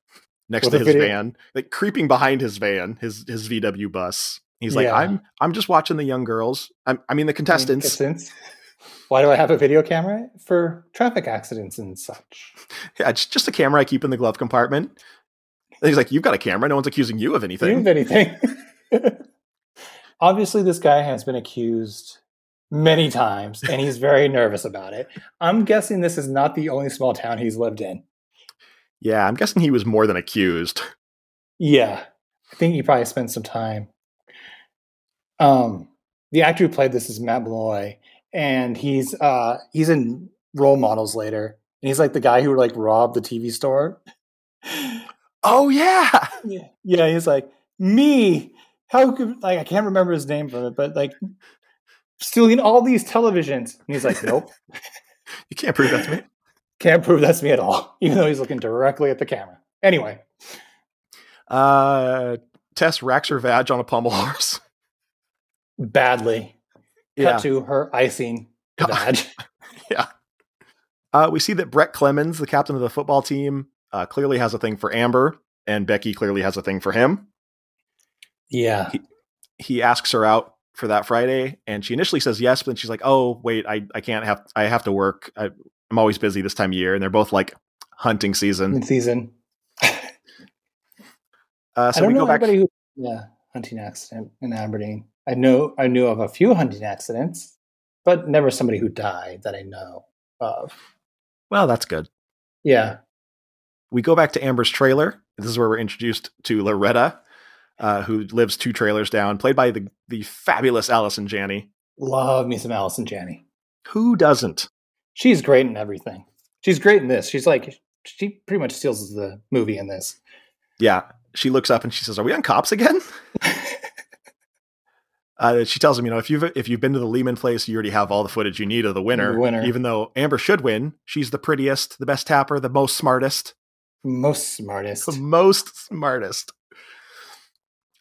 S1: next
S2: With
S1: to
S2: a
S1: his
S2: video-
S1: van, like creeping behind his van, his his VW bus. He's like,
S2: Yeah.
S1: "I'm I'm just watching the young girls. I'm, I mean the contestants."
S2: Contestants. Why do I have a video camera? For traffic accidents and such.
S1: Yeah, it's just a camera I keep in the glove compartment. And he's like, "You've got a camera. No one's accusing you of
S2: Do you
S1: anything."
S2: have anything? Obviously, this guy has been accused many times and he's very nervous about it. I'm guessing this is not the only small town he's lived in.
S1: Yeah, I'm guessing he was more than accused.
S2: Yeah. I think he probably spent some time. Um, the actor who played this is Matt Malloy, and he's uh he's in role models later. And he's like the guy who like robbed the TV store.
S1: Oh yeah.
S2: Yeah, yeah. He's like me. How could like I can't remember his name from it, but like stealing all these televisions. And he's like, nope,
S1: You can't prove that to me.
S2: can't prove that's me at all. Even though he's looking directly at the camera. Anyway,
S1: Uh Tess racks her vag on a pommel horse.
S2: badly
S1: Yeah.
S2: cut to her icing the badge.
S1: Uh, we see that Brett Clemens, the captain of the football team, uh, clearly has a thing for Amber, and Becky clearly has a thing for him.
S2: yeah,
S1: He asks her out for that Friday, and she initially says yes, but then she's like, "Oh, wait, I, I can't have I have to work. I, I'm always busy this time of year." And they're both like hunting season.
S2: mid season.
S1: Uh, so
S2: I don't
S1: we
S2: know
S1: go back.
S2: anybody who. Yeah, hunting accident in Aberdeen. I know I knew of a few hunting accidents, but never somebody who died that I know of.
S1: Well, that's good.
S2: Yeah.
S1: we go back to Amber's trailer. This is where we're introduced to Loretta, uh, who lives two trailers down, played by the the fabulous Allison Janney.
S2: Love me some Allison Janney.
S1: Who doesn't?
S2: She's great in everything. She's great in this. She's like she pretty much steals the movie in this.
S1: Yeah, she looks up and she says, "Are we on cops again?" Uh, she tells him, you know, if you've if you've been to the Lehman place, you already have all the footage you need of the winner.
S2: The winner.
S1: Even though Amber should win, she's the prettiest, the best tapper, the most smartest,
S2: Most smartest.
S1: the most smartest.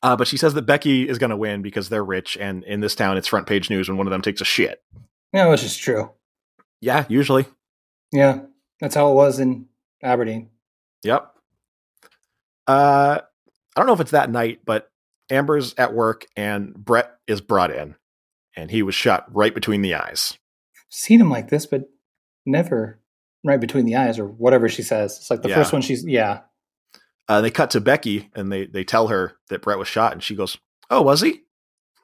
S1: Uh, but she says that Becky is going to win because they're rich, and in this town, it's front page news when one of them takes a shit.
S2: Yeah, which is true.
S1: Yeah, usually.
S2: Yeah, that's how it was in Aberdeen.
S1: Yep. Uh, I don't know if it's that night, but Amber's at work and Brett is brought in, and he was shot right between the eyes.
S2: Seen him like this, but never right between the eyes or whatever she says. It's like the
S1: Yeah.
S2: first one she's yeah.
S1: Uh, they cut to Becky and they they tell her that Brett was shot, and she goes, "Oh, was he?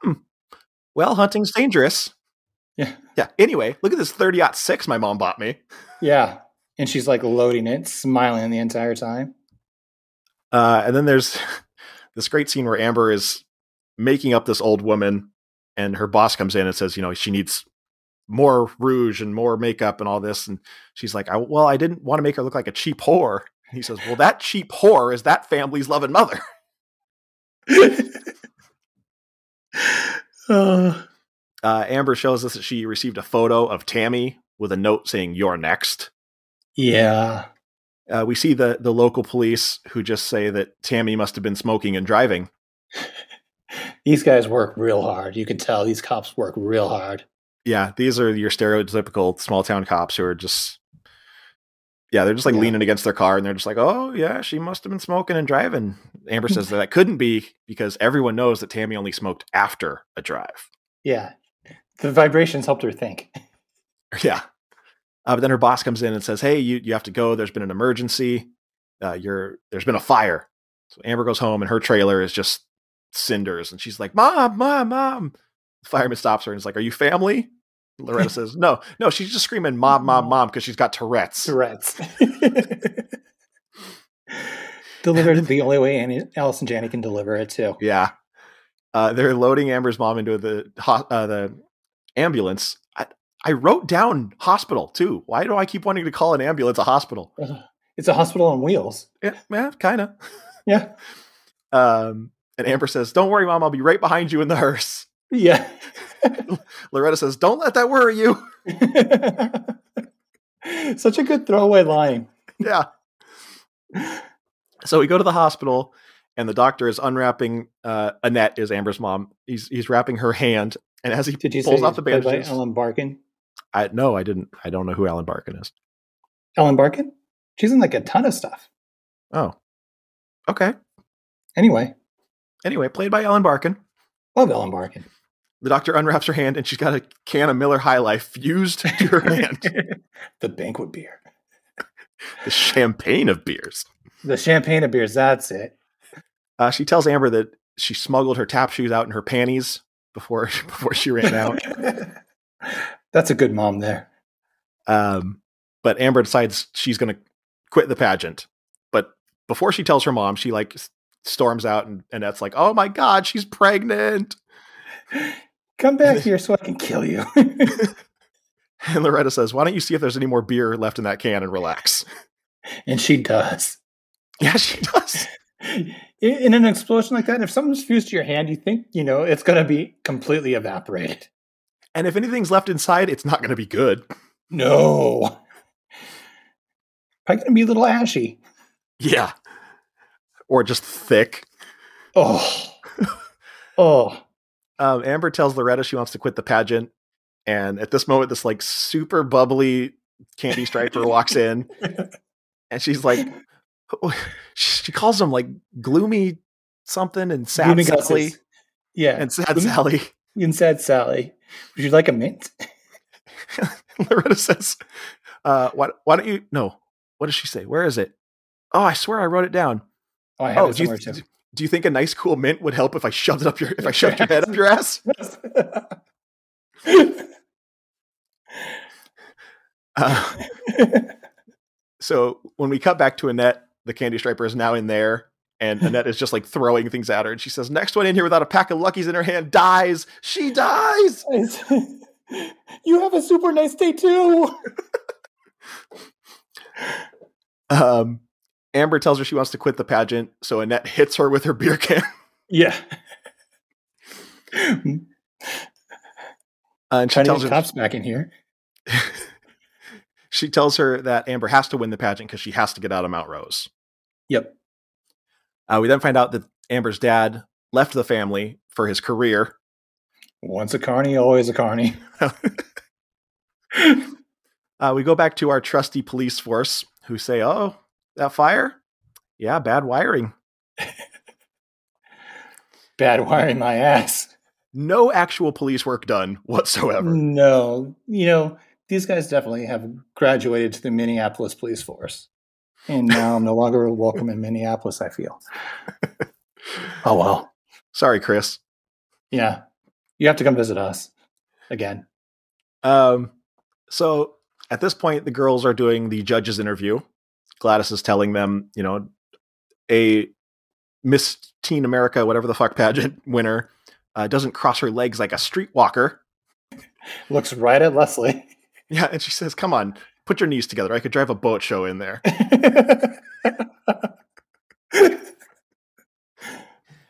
S1: Hmm. Well, hunting's dangerous."
S2: Yeah.
S1: Yeah. Anyway, look at this thirty six my mom bought me.
S2: Yeah. And she's like loading it, smiling the entire time.
S1: Uh, and then there's this great scene where Amber is making up this old woman, and her boss comes in and says, you know, she needs more rouge and more makeup and all this. And she's like, I, well, I didn't want to make her look like a cheap whore. And he says, well, that cheap whore is that family's loving mother.
S2: Uh,
S1: Uh, Amber shows us that she received a photo of Tammy with a note saying, you're next.
S2: yeah.
S1: Uh, we see the the local police who just say that Tammy must have been smoking and driving.
S2: These guys work real hard. You can tell these cops work real hard.
S1: yeah, these are your stereotypical small town cops who are just yeah, they're just like
S2: Yeah.
S1: leaning against their car and they're just like, "Oh, yeah, she must have been smoking and driving." Amber says that, that couldn't be because everyone knows that Tammy only smoked after a drive.
S2: Yeah. The vibrations helped her think.
S1: yeah. Uh, but then her boss comes in and says, "Hey, you you have to go. There's been an emergency. Uh, you're there's been a fire." So Amber goes home and her trailer is just cinders and she's like, "Mom, mom, mom." The fireman stops her and is like, "Are you family?" Loretta says, "No, no." She's just screaming, "Mom, mom, mom," because she's got Tourette's.
S2: Tourette's. Delivered the only way Annie, Alice and Janney can deliver it too.
S1: Yeah. Uh, they're loading Amber's mom into the ho- uh, the ambulance. I, I wrote down hospital too. Why do I keep wanting to call an ambulance a hospital? Eh,
S2: Ugh. It's a hospital on wheels.
S1: Yeah, yeah kind of.
S2: Yeah.
S1: Um, and Amber says, "Don't worry, mom. I'll be right behind you in the hearse."
S2: Yeah.
S1: Loretta says, "Don't let that worry you."
S2: Such a good throwaway line.
S1: yeah. So we go to the hospital, and the doctor is unwrapping. Uh, Annette is Amber's mom. He's he's wrapping her hand, and as he
S2: Did you
S1: pulls
S2: say
S1: off the
S2: it's played
S1: bandages,
S2: by Ellen Barkin?
S1: I no, I didn't. I don't know who Alan Barkin is.
S2: Ellen Barkin? She's in like a ton of stuff.
S1: Oh, okay.
S2: Anyway,
S1: Anyway, played by Ellen Barkin.
S2: love Ellen Barkin.
S1: The doctor unwraps her hand and she's got a can of Miller High Life fused to her hand.
S2: the banquet beer.
S1: the champagne of beers.
S2: The champagne of beers, that's it.
S1: Uh, she tells Amber that she smuggled her tap shoes out in her panties before before she ran out.
S2: that's a good mom there.
S1: Um, but Amber decides she's going to quit the pageant. But before she tells her mom, she like s- storms out and and that's like, "Oh my god, she's pregnant!"
S2: Come back here so I can kill you.
S1: And Loretta says, "Why don't you see if there's any more beer left in that can and relax?"
S2: and she does.
S1: Yeah, she does.
S2: In, in an explosion like that, if something's fused to your hand, you think, you know, it's going to be completely evaporated.
S1: And if anything's left inside, it's not going to be good.
S2: No. Probably going to be a little ashy.
S1: Yeah. Or just thick.
S2: Oh. Oh.
S1: Um, Amber tells Loretta she wants to quit the pageant. And at this moment, this like super bubbly candy striper walks in and she's like, she calls him like gloomy something and sad
S2: Gloomy glasses.
S1: Sally
S2: Yeah.
S1: and sad Sally.
S2: And sad Sally. Would you like a mint?
S1: Loretta says, uh, why, why don't you? No, what does she say? Where is it? Oh, I swear I wrote it down.
S2: Oh, I have
S1: Oh,
S2: it
S1: do you,
S2: somewhere
S1: th- do you think a nice cool mint would help if I shoved it up your if I shoved your head up your ass?
S2: too.
S1: Uh, so when we cut back to Annette, the candy striper is now in there, and Annette is just like throwing things at her, and she says, "Next one in here without a pack of luckies in her hand dies. She dies."
S2: you have a super nice day too.
S1: Um, Amber tells her she wants to quit the pageant, so Annette hits her with her beer can.
S2: Yeah.
S1: Uh, and she
S2: Trying to
S1: tells
S2: get
S1: her
S2: cops back in here.
S1: she tells her that Amber has to win the pageant because she has to get out of Mount Rose.
S2: Yep.
S1: Uh, we then find out that Amber's dad left the family for his career.
S2: Once a carny, always a carny.
S1: Uh, we go back to our trusty police force who say, "Oh, that fire? Yeah, bad wiring.
S2: Bad wiring my ass.
S1: No actual police work done whatsoever."
S2: Mm. No, you know, these guys definitely have graduated to the Minneapolis police force. And now I'm no longer welcome in Minneapolis, I feel. Oh, well.
S1: Sorry, Chris.
S2: Yeah. You have to come visit us again.
S1: Um, so at this point, the girls are doing the judge's interview. Gladys is telling them, you know, a Miss Teen America, whatever the fuck pageant winner, uh, doesn't cross her legs like a streetwalker.
S2: Looks right at Leslie.
S1: Yeah, and she says, "Come on, put your knees together. I could drive a boat show in there."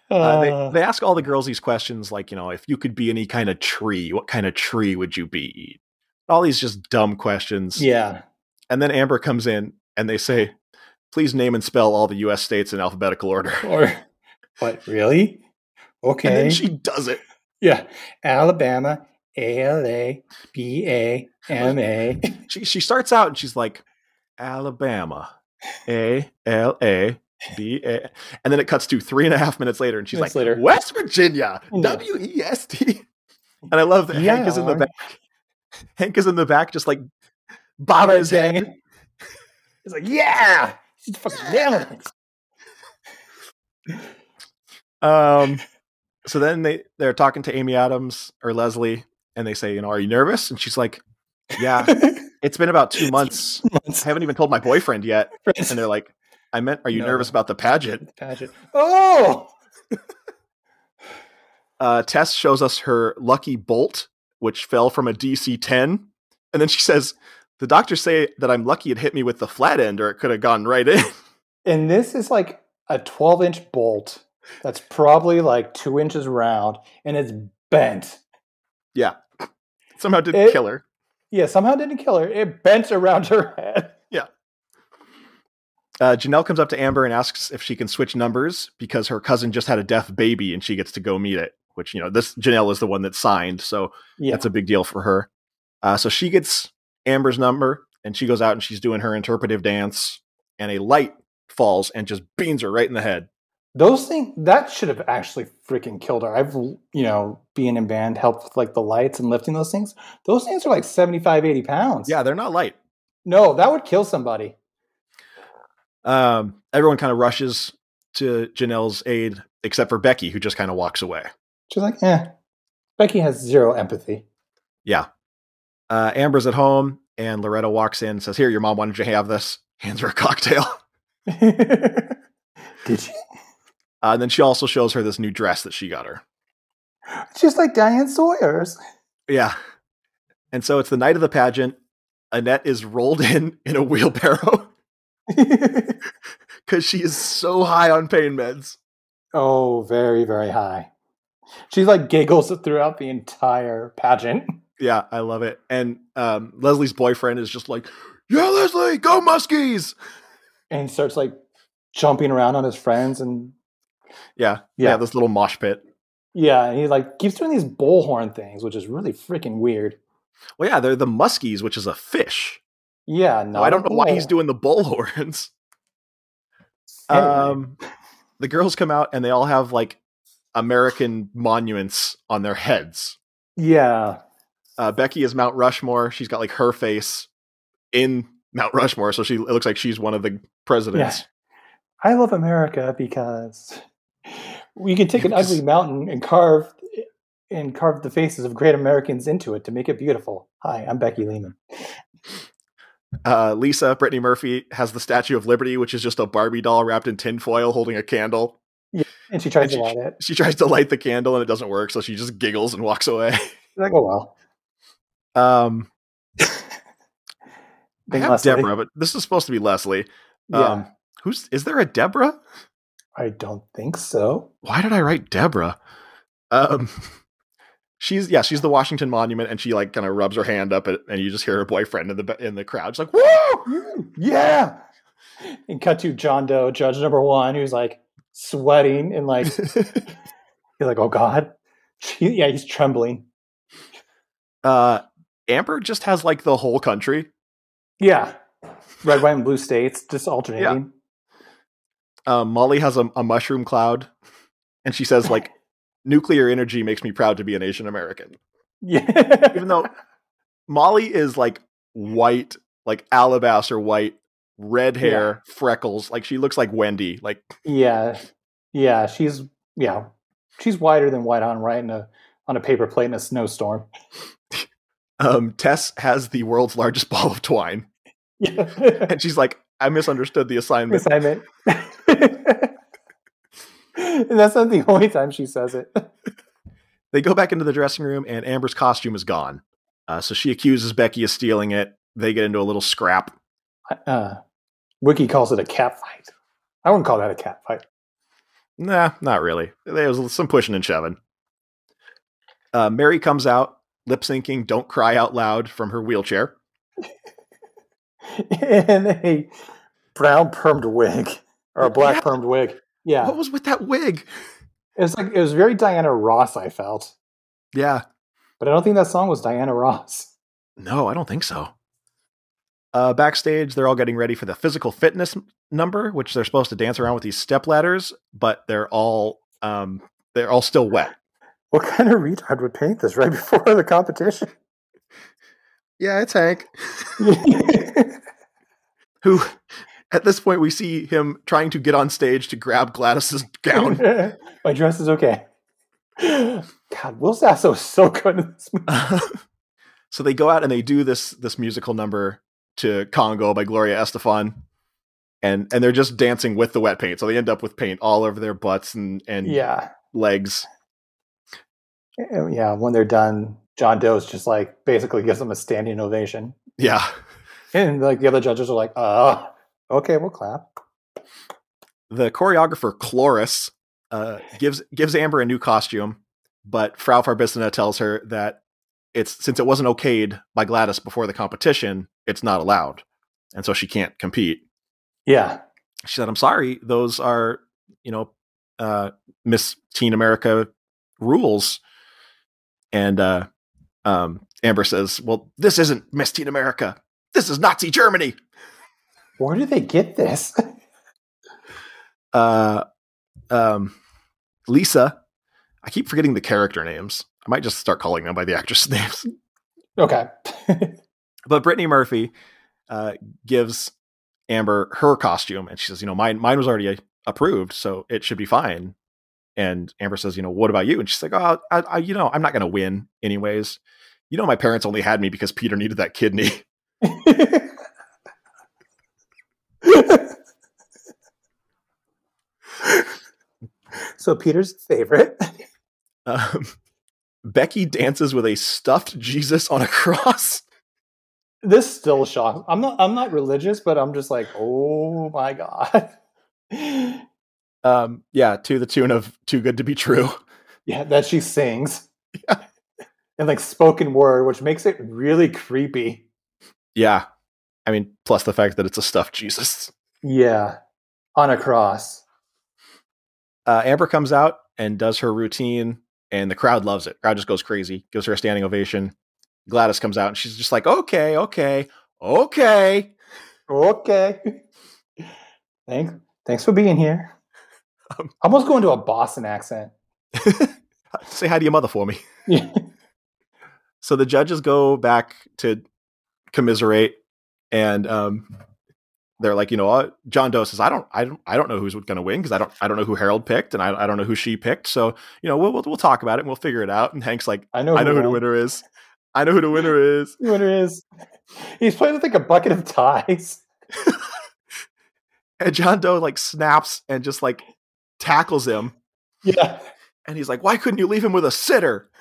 S1: Uh,
S2: Uh,
S1: they, they ask all the girls these questions, like, you know, if you could be any kind of tree, what kind of tree would you be? All these just dumb questions.
S2: yeah.
S1: And then Amber comes in and they say, please name and spell all the US states in alphabetical order.
S2: Or what, really?
S1: And
S2: Okay.
S1: then she does it.
S2: yeah. Alabama, A L A B A M A.
S1: She, she starts out and she's like, Alabama, A L A B A. And then it cuts to three and a half minutes later and she's
S2: Minutes
S1: like,
S2: later.
S1: West Virginia,
S2: Yeah.
S1: W E S T. And I love that Hank is in the
S2: Yeah.
S1: back. Hank is in the back, just like bobbing his head.
S2: Dang it. He's like, yeah, she's fucking nailing it.
S1: Um, so then they they're talking to Amy Adams or Leslie, and they say, you know, are you nervous? And she's like, yeah, it's been about two months. I haven't even told my boyfriend yet. And they're like, I meant, are you
S2: No.
S1: nervous about the pageant?
S2: Pageant. Oh,
S1: Uh, Tess shows us her lucky bolt, which fell from a DC ten, and then she says, the doctors say that I'm lucky it hit me with the flat end, or it could have gone right in.
S2: and this is like a 12 inch bolt that's probably like two inches round and it's bent.
S1: Somehow didn't
S2: It-
S1: kill her.
S2: Yeah, somehow didn't kill her. It bent around her head.
S1: Uh, Janelle comes up to Amber and asks if she can switch numbers because her cousin just had a deaf baby and she gets to go meet it. Which you know, this Janelle is the one that signed, so
S2: Yeah.
S1: that's a big deal for her. Uh, so she gets Amber's number and she goes out and she's doing her interpretive dance, and a light falls and just beans her right in the head.
S2: Those things that should have actually freaking killed her. I've you know, being in band helped with like the lights and lifting those things. Those things are like 75, 80 pounds.
S1: Yeah, they're not light.
S2: No, that would kill somebody.
S1: Um, everyone kind of rushes to Janelle's aid except for Becky, who just kind of walks away.
S2: She's like, eh. Becky has zero empathy.
S1: Uh, Amber's at home and Loretta walks in and says, "Here, your mom wanted you to have this." Hands her a cocktail.
S2: Did she?
S1: Uh, and then she also shows her this new dress that she got her.
S2: She's like Diane Sawyer's.
S1: Yeah. And so it's the night of the pageant. Annette is rolled in in a wheelbarrow because she is so high on pain meds.
S2: oh, very, very high. She like giggles throughout the entire pageant.
S1: Yeah, I love it. And um, Leslie's boyfriend is just like, "Yeah, Leslie, go Muskies!"
S2: And starts like jumping around on his friends and
S1: Yeah, yeah,
S2: Yeah.
S1: this little mosh pit.
S2: yeah, and he like keeps doing these bullhorn things, which is really freaking weird.
S1: Well, yeah, they're the Muskies, which is a fish.
S2: Yeah, no.
S1: Now, Oh, I don't know why he's
S2: Oh.
S1: doing the bullhorns. Um, the girls come out and they all have like American monuments on their heads.
S2: Yeah.
S1: uh, Becky is Mount Rushmore. She's got like her face in Mount Rushmore, so she it looks like she's one of the presidents.
S2: I love America because we can take an
S1: Because-
S2: ugly mountain and carve and carve the faces of great Americans into it to make it beautiful. Hi, I'm Becky Lehman.
S1: Uh, Lisa Brittany Murphy has the Statue of Liberty, which is just a Barbie doll wrapped in tinfoil holding a candle.
S2: And she tries
S1: And
S2: to light it.
S1: She tries to light the candle and it doesn't work, so she just giggles and walks away.
S2: She's like, oh well.
S1: Um, I
S2: Big
S1: have
S2: Leslie.
S1: Deborah, but this is supposed to be Leslie.
S2: Yeah,
S1: Um, who's is there a Deborah?
S2: I don't think so.
S1: Why did I write Deborah? Um, She's yeah, she's the Washington Monument, and she like kind of rubs her hand up, at, and you just hear her boyfriend in the ba- in the crowd. She's like, "Whoa,
S2: Yeah. And cut to John Doe, judge number one, who's like sweating and like he's like, oh God. She, yeah, he's trembling.
S1: uh, Amber just has like the whole country.
S2: Yeah. Red, white, and blue states just alternating.
S1: Uh, Molly has a, a mushroom cloud, and she says like, "Nuclear energy makes me proud to be an Asian American."
S2: Yeah.
S1: Even though Molly is like white, like alabaster white, red hair, freckles, like she looks like Wendy. Like
S2: yeah. Yeah. She's yeah. She's whiter than white on right in a on a paper plate in a snowstorm.
S1: um, Tess has the world's largest ball of twine,
S2: Yeah.
S1: and she's like, "I misunderstood the assignment."
S2: assignment. and that's not the only time she says it.
S1: They go back into the dressing room, and Amber's costume is gone. Uh, so she accuses Becky of stealing it. They get into a little scrap.
S2: Uh, Wiki calls it a cat fight. I wouldn't call that a cat fight.
S1: Nah, not really. There was some pushing and shoving. Uh, Mary comes out, lip syncing "Don't Cry Out Loud" from her wheelchair.
S2: In a brown permed wig or a black
S1: Yeah.
S2: permed wig. Yeah.
S1: What was with that wig?
S2: It was like, it was very Diana Ross, I felt.
S1: Yeah,
S2: But I don't think that song was Diana Ross.
S1: no, I don't think so. Uh, backstage, they're all getting ready for the physical fitness m- number, which they're supposed to dance around with these step ladders, but they're all um, they're all still wet.
S2: What kind of retard would paint this right before the competition?
S1: Yeah, it's Hank. Who, at this point, we see him trying to get on stage to grab Gladys's gown.
S2: My dress is okay. God, Will Sasso is so good in this movie.
S1: so they go out and they do this this musical number to Congo by Gloria Estefan. And and they're just dancing with the wet paint. So they end up with paint all over their butts and, and
S2: Yeah.
S1: legs.
S2: And, Yeah. When they're done, John Doe's just like basically gives them a standing ovation.
S1: Yeah.
S2: And like the other judges are like, uh, okay, we'll clap.
S1: The choreographer Cloris uh, gives gives Amber a new costume, but Frau Farbissina tells her that it's since it wasn't okayed by Gladys before the competition, it's not allowed. And so she can't compete.
S2: Yeah.
S1: she said, "I'm sorry, those are you know uh, Miss Teen America rules." And uh, um, Amber says, "Well, this isn't Miss Teen America. This is Nazi Germany."
S2: Where do they get this?
S1: Uh, um, Lisa, I keep forgetting the character names. I might just start calling them by the actress names.
S2: okay.
S1: But Brittany Murphy uh, gives Amber her costume, and she says, "You know, mine mine was already uh, approved, so it should be fine." And Amber says, "You know, what about you?" And she's like, "Oh, I, I, you know, I'm not going to win anyways. You know, my parents only had me because Peter needed that kidney."
S2: so Peter's favorite.
S1: Um, Becky dances with a stuffed Jesus on a cross.
S2: This still shocks. I'm not I'm not religious, but I'm just like, oh my God. Yeah,
S1: Um, yeah, to the tune of "Too Good to Be True."
S2: that she sings. And like spoken word, which makes it really creepy.
S1: Yeah, I mean, plus the fact that it's a stuffed Jesus.
S2: Yeah. On a cross.
S1: uh, Amber comes out and does her routine, and the crowd loves it. Crowd just goes crazy, gives her a standing ovation. Gladys comes out and she's just like, "Okay, okay, okay,
S2: Okay. Thanks. Thanks for being here.
S1: Um,
S2: Almost going to a Boston accent.
S1: say hi to your mother for me."
S2: Yeah.
S1: So the judges go back to commiserate, and um, they're like, "You know, uh, John Doe says I don't, I don't, I don't know who's going to win because I don't, I don't know who Harold picked, and I, I don't know who she picked. So you know, we'll, we'll we'll talk about it and we'll figure it out." And Hank's like,
S2: I know.
S1: "I know who the
S2: won.
S1: winner is. I know who the winner is."
S2: The winner is. He's playing with like a bucket of ties.
S1: And John Doe like snaps and just like tackles him.
S2: Yeah.
S1: And he's like, Why couldn't you leave him with a sitter?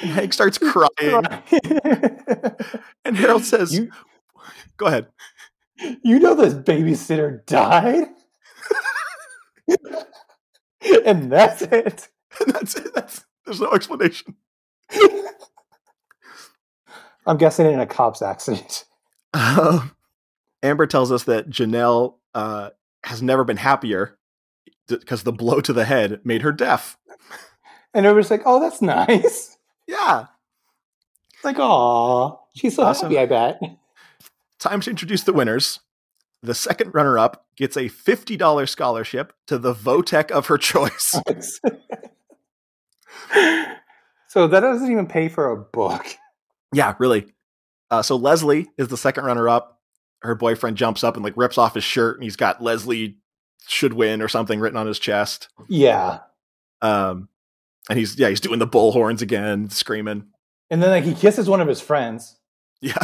S1: And Hank starts crying. And Harold says,
S2: You-
S1: Go ahead.
S2: you know this babysitter died. and that's it.
S1: And that's it. That's, there's no explanation.
S2: I'm guessing in a cop's accident.
S1: Um, Amber tells us that Janelle uh, has never been happier because the blow to the head made her deaf.
S2: And everybody's like, oh, that's nice.
S1: Yeah,
S2: It's like, aw, she's so
S1: Awesome.
S2: happy, I bet.
S1: time to introduce the winners. The second runner up gets a $50 scholarship to the Votech of her choice.
S2: so that doesn't even pay for a book.
S1: yeah, really. Uh, so Leslie is the second runner up. Her boyfriend jumps up and like rips off his shirt, and he's got Leslie should win or something written on his chest.
S2: Yeah.
S1: Um, and he's yeah, he's doing the bullhorns again, screaming.
S2: And then like he kisses one of his friends,
S1: Yeah,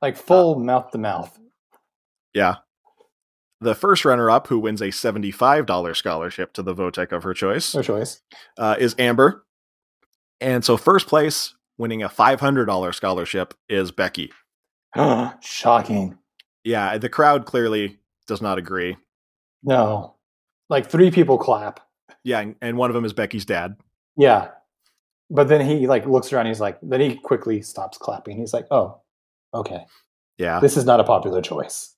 S2: like
S1: Oh.
S2: full mouth to mouth.
S1: yeah. The first runner up, who wins a $75 scholarship to the Votech of her choice,
S2: No choice.
S1: uh, is Amber. And so, first place, winning a $500 scholarship, is Becky.
S2: Shocking.
S1: Yeah, the crowd clearly does not agree.
S2: No. Like three people clap.
S1: Yeah, and, and one of them is Becky's dad.
S2: Yeah. But then he like looks around, he's like then he quickly stops clapping. He's like, Oh, okay.
S1: Yeah.
S2: This is not a popular choice.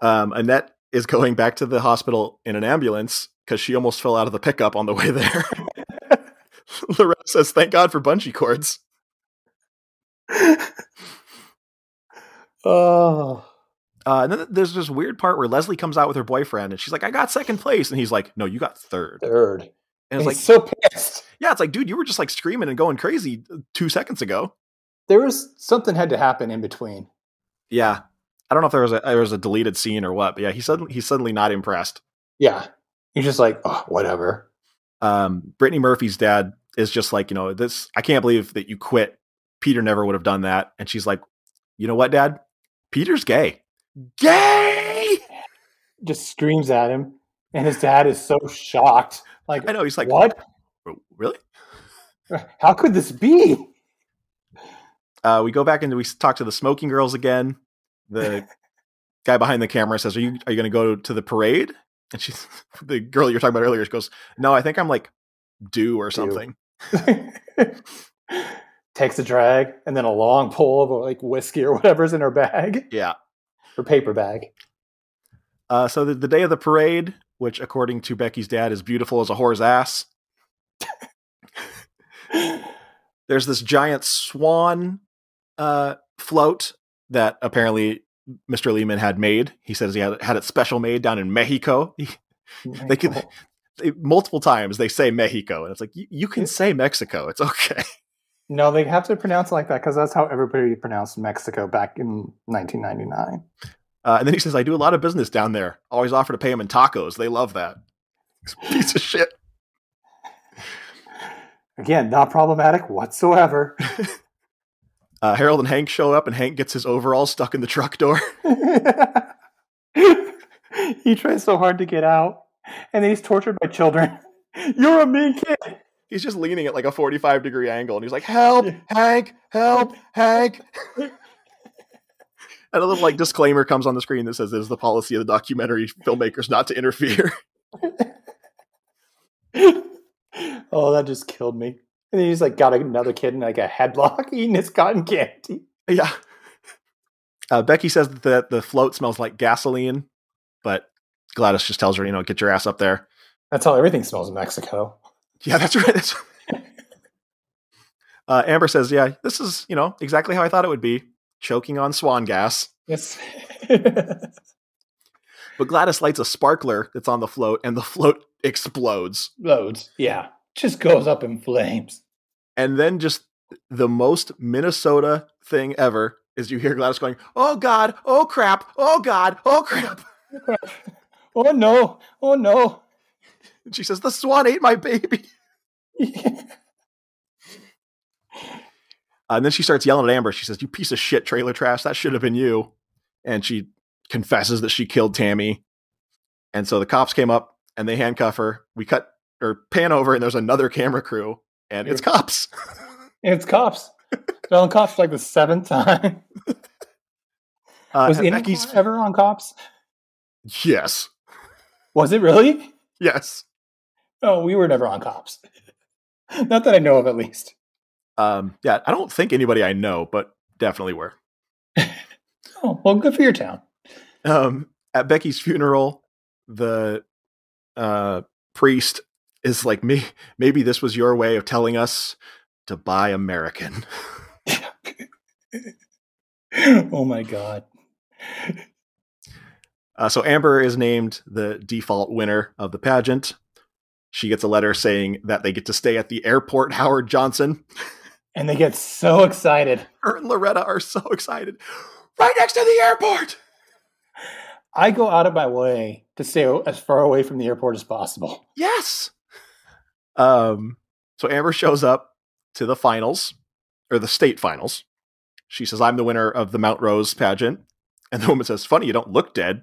S1: Um, Annette is going back to the hospital in an ambulance because she almost fell out of the pickup on the way there. Loretta says, Thank God for bungee cords.
S2: Oh.
S1: Uh, and then there's this weird part where Leslie comes out with her boyfriend and she's like, I got second place. And he's like, No, you got third.
S2: Third.
S1: And it's
S2: he's
S1: like,
S2: so pissed.
S1: Yeah, it's like, dude, you were just like screaming and going crazy uh, two seconds ago.
S2: There was something had to happen in between.
S1: Yeah. I don't know if there was a there was a deleted scene or what, but yeah, he suddenly he's suddenly not impressed.
S2: Yeah. He's just like, oh, whatever.
S1: Um, Brittany Murphy's dad is just like, you know, this I can't believe that you quit. Peter never would have done that. And she's like, you know what, Dad? Peter's gay. Gay.
S2: Just screams at him. And his dad is so shocked. Like,
S1: I know. He's like,
S2: what?
S1: Really?
S2: How could this be?
S1: Uh, we go back and we s- talk to the smoking girls again. The guy behind the camera says, "Are you are you going to go to the parade?" And she's the girl you were talking about earlier. She goes, "No, I think I'm like due or
S2: Due.
S1: something."
S2: Takes a drag and then a long pull of like whiskey or whatever's in her bag,
S1: Yeah.
S2: her paper bag.
S1: Uh, so the, the day of the parade, which according to Becky's dad is beautiful as a whore's ass, there's this giant swan uh, float that apparently Mr. Lehman had made. He says he had, had it special made down in Mexico. He- They can- they- multiple times they say Mexico, and it's like you, you can say Mexico. It's okay.
S2: no, they have to pronounce it like that because that's how everybody pronounced Mexico back in 1999.
S1: Uh, and then he says, "I do a lot of business down there. Always offer to pay him in tacos. They love that." Piece of shit.
S2: Again, not problematic whatsoever.
S1: Uh, Harold and Hank show up, and Hank gets his overalls stuck in the truck door.
S2: he tries so hard to get out, and then he's tortured by children. You're a mean kid.
S1: he's just leaning at like a 45 degree angle and he's like help
S2: Yeah.
S1: hank help hank and a little like disclaimer comes on the screen that says it is the policy of the documentary filmmakers not to interfere
S2: oh, that just killed me. And then he's like got another kid in like a headlock eating his cotton candy.
S1: yeah uh, becky says that the, the float smells like gasoline but gladys just tells her you know get your ass up there
S2: That's how everything smells in Mexico.
S1: yeah that's right that's uh, amber says yeah this is you know exactly how i thought it would be choking on swan gas
S2: Yes.
S1: but gladys lights a sparkler that's on the float and the float explodes
S2: Loads. Yeah. Just goes up in flames.
S1: And then just the most Minnesota thing ever is you hear Gladys going, "Oh God, oh crap, oh God, oh crap."
S2: Oh no. Oh no.
S1: And she says, "The swan ate my baby." Uh, and then she starts yelling at Amber. She says, "You piece of shit, trailer trash. That should have been you." And she confesses that she killed Tammy. And so the cops came up and they handcuff her. We cut or pan over, and there's another camera crew, and it's cops.
S2: it's cops. They're on cops like the seventh time.
S1: Uh,
S2: Was
S1: and
S2: anyone
S1: Becky's
S2: ever on cops?
S1: yes,
S2: Was it really?
S1: yes.
S2: No, we were never on cops. Not that I know of, at least.
S1: Uh, Um, yeah, I don't think anybody I know, but definitely were.
S2: Oh, well, good for your town.
S1: Um, at Becky's funeral, the uh, priest is like, "May- maybe this was your way of telling us to buy American.
S2: oh my god.
S1: Uh, so Amber is named the default winner of the pageant. She gets a letter saying that they get to stay at the airport Howard Johnson.
S2: And they get so excited.
S1: Her and Loretta are so excited. Right next to the airport.
S2: I go out of my way to stay o- as far away from the airport as possible.
S1: Yes. Um, so Amber shows up to the finals or the state finals. She says, I'm the winner of the Mount Rose pageant. And the woman says, Funny, you don't look dead.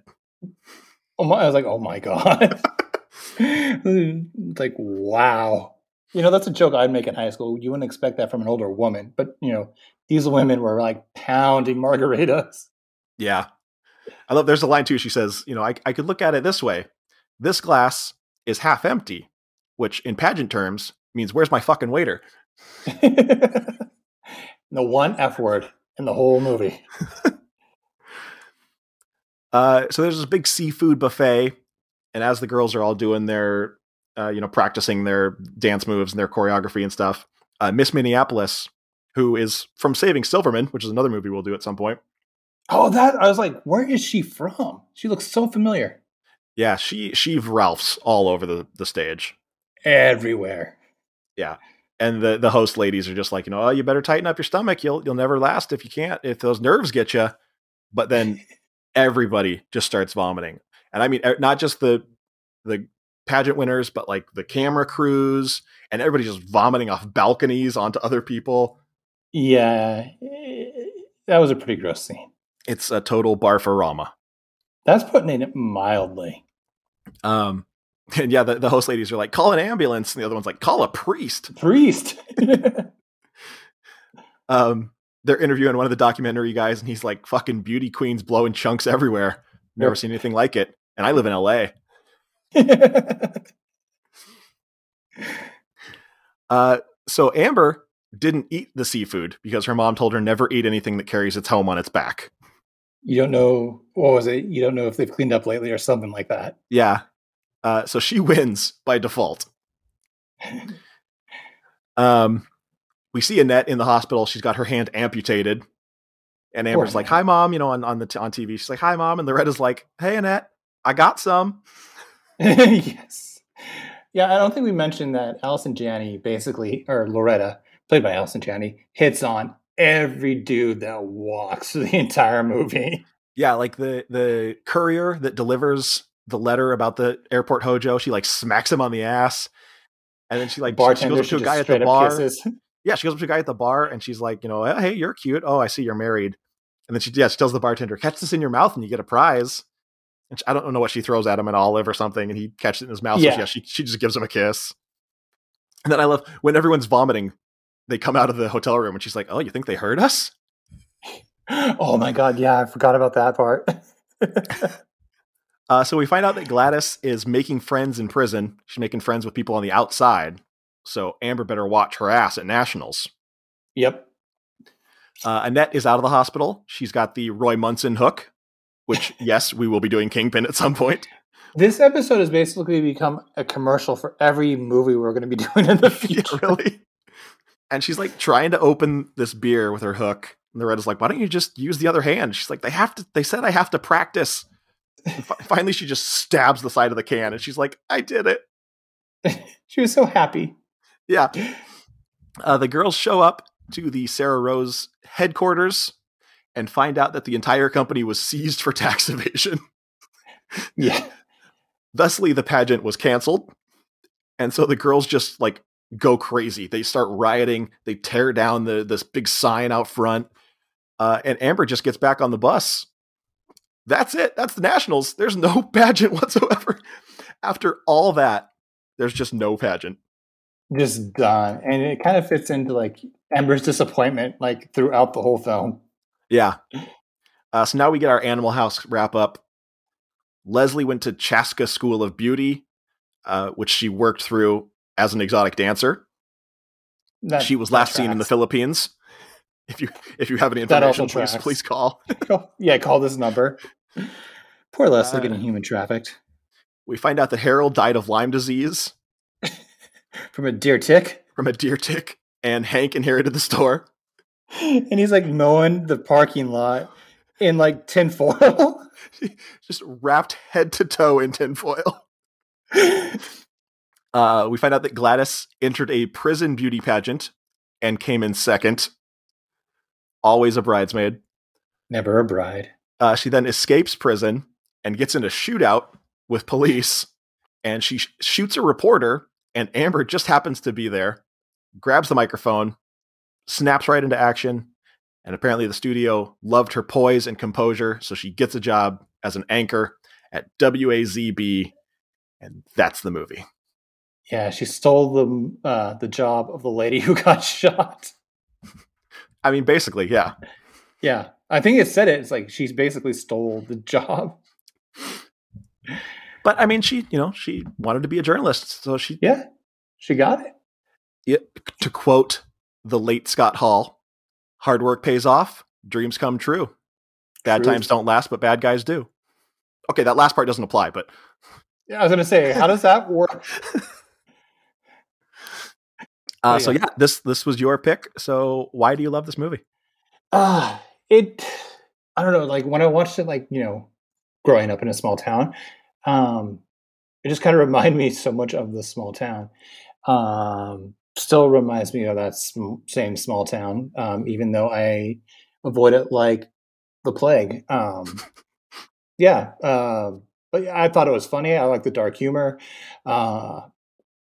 S2: Oh my, I was like, oh my god. like, wow. You know, that's a joke I'd make in high school. You wouldn't expect that from an older woman, but you know, these women were like pounding margaritas.
S1: Yeah. I love there's a line too. She says, you know, I, I could look at it this way. This glass is half empty, which in pageant terms means where's my fucking waiter?
S2: the one F word in the whole movie.
S1: Uh, so there's this big seafood buffet, and as the girls are all doing their, uh, you know, practicing their dance moves and their choreography and stuff, uh, Miss Minneapolis, who is from Saving Silverman, which is another movie we'll do at some point.
S2: Oh, that I was like, where is she from? She looks so familiar.
S1: Yeah, she she Ralphs all over the the stage,
S2: Everywhere.
S1: and the the host ladies are just like, you know, oh, you better tighten up your stomach. You'll you'll never last if you can't if those nerves get you. But then everybody just starts vomiting, and I mean eh, not just the the pageant winners, but like the camera crews and everybody just vomiting off balconies onto other people.
S2: Yeah, eh, that was a pretty gross scene.
S1: It's a total barfarama.
S2: That's putting it mildly.
S1: Um, and yeah, the, the host ladies are like, call an ambulance, and the other one's like, call a priest.
S2: Priest.
S1: Um, they're interviewing one of the documentary guys, and he's like, fucking beauty queens blowing chunks everywhere. Never
S2: Yep.
S1: seen anything like it. And I live in LA. Uh, so Amber didn't eat the seafood because her mom told her never eat anything that carries its home on its back.
S2: you don't know what was it? You don't know if they've cleaned up lately or something like that.
S1: Yeah. Uh, so she wins by default. Um, we see Annette in the hospital. She's got her hand amputated. And Amber's like,
S2: Annette.
S1: hi, mom, you know, on, on the, t- on TV, she's like, hi, mom. And Loretta's like, hey, Annette, I got some.
S2: yes. Yeah, I don't think we mentioned that Allison Janney basically, or Loretta, played by Allison Janney, hits on every dude that walks through the entire movie.
S1: Yeah. Like the, the courier that delivers the letter about the airport Hojo, she like smacks him on the ass. And then she like, she- she
S2: Bartender,
S1: goes
S2: she
S1: up to a
S2: just
S1: guy at the
S2: straight up
S1: bar.
S2: kisses.
S1: yeah, she goes up to a guy at the bar and she's like, you know, "Eh, hey, you're cute. Oh, I see you're married. And then she, yeah, she tells the bartender, catch this in your mouth and you get a prize. And she, I don't know what she throws at him, an olive or something, and he catches it in his mouth. So
S2: Yeah.
S1: yeah, she, she just gives him a kiss. And then I love when everyone's vomiting, they come out of the hotel room and she's like, oh, you think they heard us?
S2: Oh my god, yeah, I forgot about that part.
S1: Uh, so we find out that Gladys is making friends in prison. She's making friends with people on the outside. So Amber better watch her ass at nationals.
S2: yep.
S1: Uh, Annette is out of the hospital. She's got the Roy Munson hook, which, yes, we will be doing Kingpin at some point.
S2: This episode has basically become a commercial for every movie we're going to be doing in the
S1: Yeah,
S2: future.
S1: really? And she's like trying to open this beer with her hook. And Loretta's like, why don't you just use the other hand? She's like, they have to, they said I have to practice. And fi- finally, she just stabs the side of the can and she's like, I did it.
S2: She was so happy.
S1: Yeah. Uh, the girls show up to the Sarah Rose headquarters and find out that the entire company was seized for tax evasion.
S2: Yeah.
S1: Thusly, the pageant was canceled. And so the girls just like go crazy. They start rioting. They tear down the this big sign out front. Uh, and Amber just gets back on the bus. That's it. That's the nationals. There's no pageant whatsoever. After all that, there's just no pageant.
S2: Just done. And it kind of fits into like Amber's disappointment like throughout the whole film.
S1: Yeah. Uh, so now we get our Animal House wrap up. Leslie went to Chaska School of Beauty, uh, which she worked through as an exotic dancer.
S2: That-
S1: she was
S2: that
S1: last seen in the
S2: tracks.
S1: Philippines. If you if you have any
S2: That also
S1: information, please please
S2: tracks.
S1: call.
S2: Oh, yeah, call this number. Poor Leslie
S1: Uh,
S2: getting human trafficked
S1: We find out that Harold died of Lyme disease
S2: from a deer tick.
S1: from a deer tick, and Hank inherited the store.
S2: And he's like mowing the parking lot in like tinfoil.
S1: Just wrapped head to toe in tinfoil. Uh, we find out that Gladys entered a prison beauty pageant and came in second. Always a bridesmaid.
S2: Never a bride.
S1: Uh, she then escapes prison and gets in a shootout with police, and she sh- shoots a reporter. And Amber just happens to be there, grabs the microphone, snaps right into action, and apparently the studio loved her poise and composure, so she gets a job as an anchor at WAZB, and that's the movie.
S2: Yeah, she stole the uh, the job of the lady who got shot.
S1: I mean, basically, yeah.
S2: Yeah, I think it said it. It's like she's basically stole the job.
S1: But I mean, she, you know, she wanted to be a journalist, so she,
S2: Yeah, she got it.
S1: to quote the late Scott Hall, hard work pays off, dreams come true. Bad
S2: True.
S1: times don't last, but bad guys do. Okay, that last part doesn't apply, but
S2: Yeah, I was gonna say, how does that work?
S1: uh,
S2: Oh,
S1: so
S2: yeah.
S1: yeah, this this was your pick. So why do you love this movie?
S2: uh it i don't know like when i watched it like you know growing up in a small town um it just kind of reminded me so much of the small town um still reminds me of that sm- same small town um even though i avoid it like the plague um yeah um but i thought it was funny i like the dark humor uh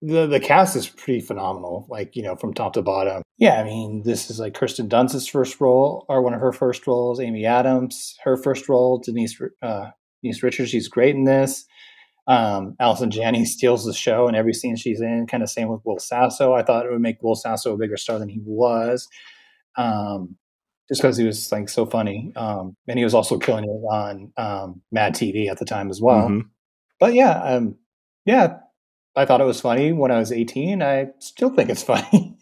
S2: the the cast is pretty phenomenal, like you know from top to bottom. Yeah, I mean this is like Kirsten Dunst's first role or one of her first roles. Amy Adams, her first role. Denise uh, Denise Richards, she's great in this. Um, Allison Janney steals the show in every scene she's in. Kind of same with Will Sasso. I thought it would make Will Sasso a bigger star than he was, um, just because he was like so funny, um, and he was also killing it on um, Mad TV at the time as well
S1: Mhm.
S2: but yeah, um, yeah, I thought it was funny when I was 18. I still think it's funny.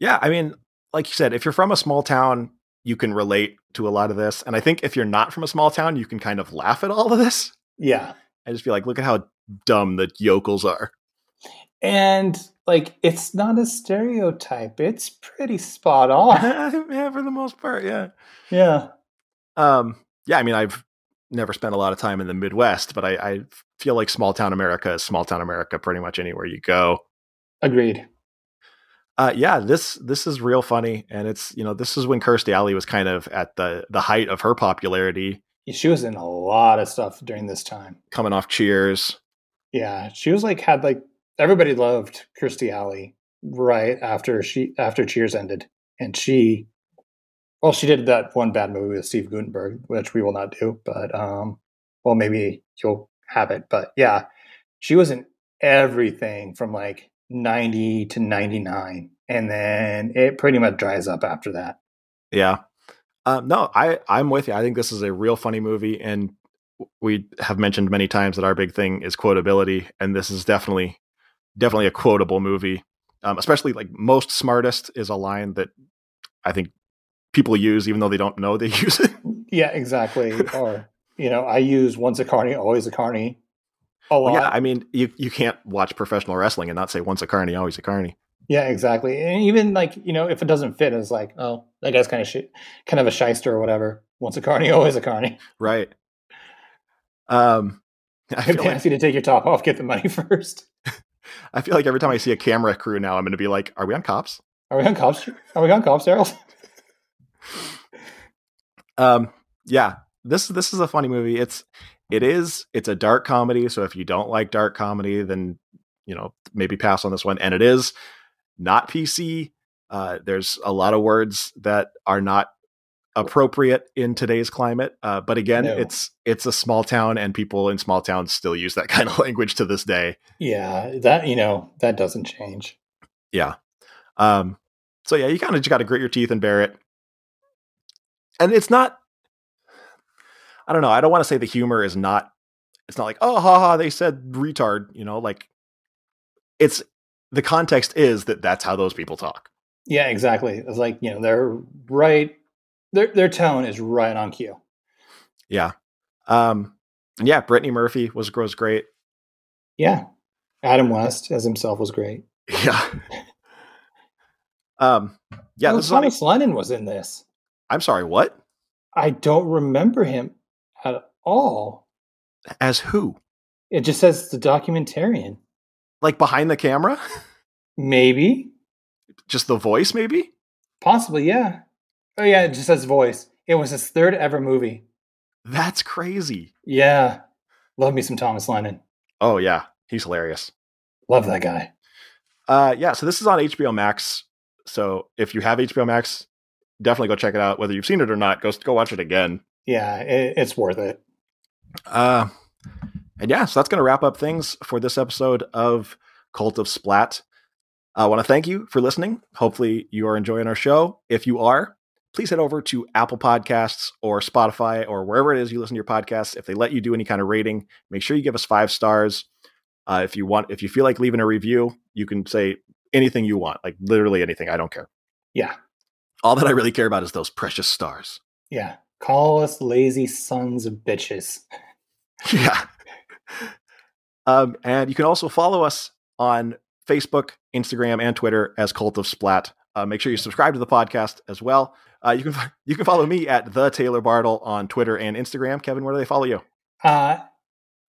S1: Yeah, I mean, like you said, if you're from a small town, you can relate to a lot of this, and I think if you're not from a small town, you can kind of laugh at all of this.
S2: yeah.
S1: I just feel like, look at how dumb the yokels are.
S2: And like, it's not a stereotype. It's pretty spot on.
S1: yeah, for the most part, yeah.
S2: yeah.
S1: Um, yeah, I mean, I've never spent a lot of time in the Midwest, but I, I feel like small town America is small town America pretty much anywhere you go.
S2: Agreed.
S1: Uh, yeah, this this is real funny, and it's you know this is when Kirstie Alley was kind of at the the height of her popularity,
S2: She was in a lot of stuff during this time.
S1: coming off Cheers.
S2: Yeah. She was like, had like, everybody loved Kirstie Alley right after she, after Cheers ended. And she, well, she did that one bad movie with Steve Gutenberg, which we will not do, but, um, well, maybe you'll have it. But yeah, she was in everything from like 90 to 99. And then it pretty much dries up after that.
S1: Yeah, um, no, I I'm with you. I think this is a real funny movie, and we have mentioned many times that our big thing is quotability, and this is definitely definitely a quotable movie. Um, especially like most smartest is a line that I think people use, even though they don't know they use it.
S2: Yeah, exactly. or, you know, I use once a carny, always a carny a lot.
S1: Well, yeah, I mean, you you can't watch professional wrestling and not say once a carny, always a carny.
S2: Yeah, exactly. And even like, you know, if it doesn't fit, it's like, oh, that guy's kind of shit, kind of a shyster or whatever. Once a carny, always a carny.
S1: Right. Um, I
S2: If
S1: feel
S2: they
S1: like
S2: ask you to take your top off, get the money first.
S1: I feel like every time I see a camera crew now, I'm going to be like, "Are we on cops?"
S2: Are we on cops? Are we on cops, Harold?
S1: um yeah this this is a funny movie it's it is it's a dark comedy so if you don't like dark comedy then you know maybe pass on this one and it is not pc uh there's a lot of words that are not appropriate in today's climate uh but again
S2: No.
S1: it's it's a small town and people in small towns still use that kind of language to this day
S2: Yeah, that you know, that doesn't change.
S1: Um, so yeah, you kind of just got to grit your teeth and bear it. And it's not, I don't know. I don't want to say the humor is not, it's not like, oh, ha ha, they said retard, you know, like it's, the context is that that's how those people talk.
S2: Yeah, exactly. It's like you know they're right. Their their tone is right on cue.
S1: Yeah. Um, and yeah, Brittany Murphy was was great.
S2: Yeah, Adam West as himself was great.
S1: Yeah. um, yeah.
S2: Oh,
S1: this is on,
S2: Thomas Lennon was in this.
S1: I'm sorry. What?
S2: I don't remember him at all.
S1: As who?
S2: It just says the documentarian.
S1: Like behind the camera?
S2: Maybe,
S1: Just the voice, maybe?
S2: possibly, yeah. Oh yeah, it just says voice. It was his third ever movie.
S1: That's crazy.
S2: Yeah, love me some Thomas Lennon.
S1: Oh yeah, he's hilarious.
S2: Love that guy.
S1: Uh, yeah, so this is on HBO Max. So if you have HBO Max, definitely go check it out. Whether you've seen it or not, go go watch it again.
S2: Yeah, it, it's worth it.
S1: Uh, and yeah, so that's going to wrap up things for this episode of Cult of Splat. I want to thank you for listening. Hopefully, you are enjoying our show. If you are, please head over to Apple Podcasts or Spotify or wherever it is you listen to your podcasts. If they let you do any kind of rating, make sure you give us five stars. Uh, if you want, if you feel like leaving a review, you can say anything you want, like literally anything. I don't care.
S2: Yeah,
S1: All that I really care about is those precious stars.
S2: yeah. Call us lazy sons of bitches.
S1: yeah. Um, and you can also follow us on Facebook, Instagram, and Twitter as Cult of Splat. Uh, make sure you subscribe to the podcast as well. Uh, you can you can follow me at the Taylor Bartle on Twitter and Instagram. Kevin, where do they follow you?
S2: Uh,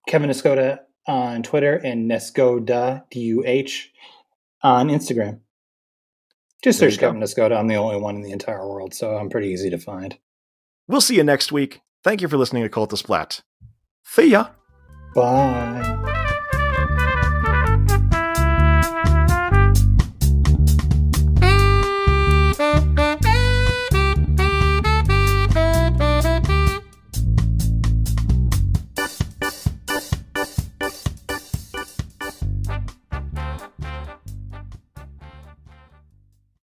S2: Kevin Escoda on Twitter and Nescoda D U H on Instagram. Just
S1: There
S2: search
S1: you go.
S2: Kevin Escoda. I'm the only one in the entire world, so I'm pretty easy to find.
S1: We'll see you next week. Thank you for listening to Cult of Splat. See ya.
S2: Bye.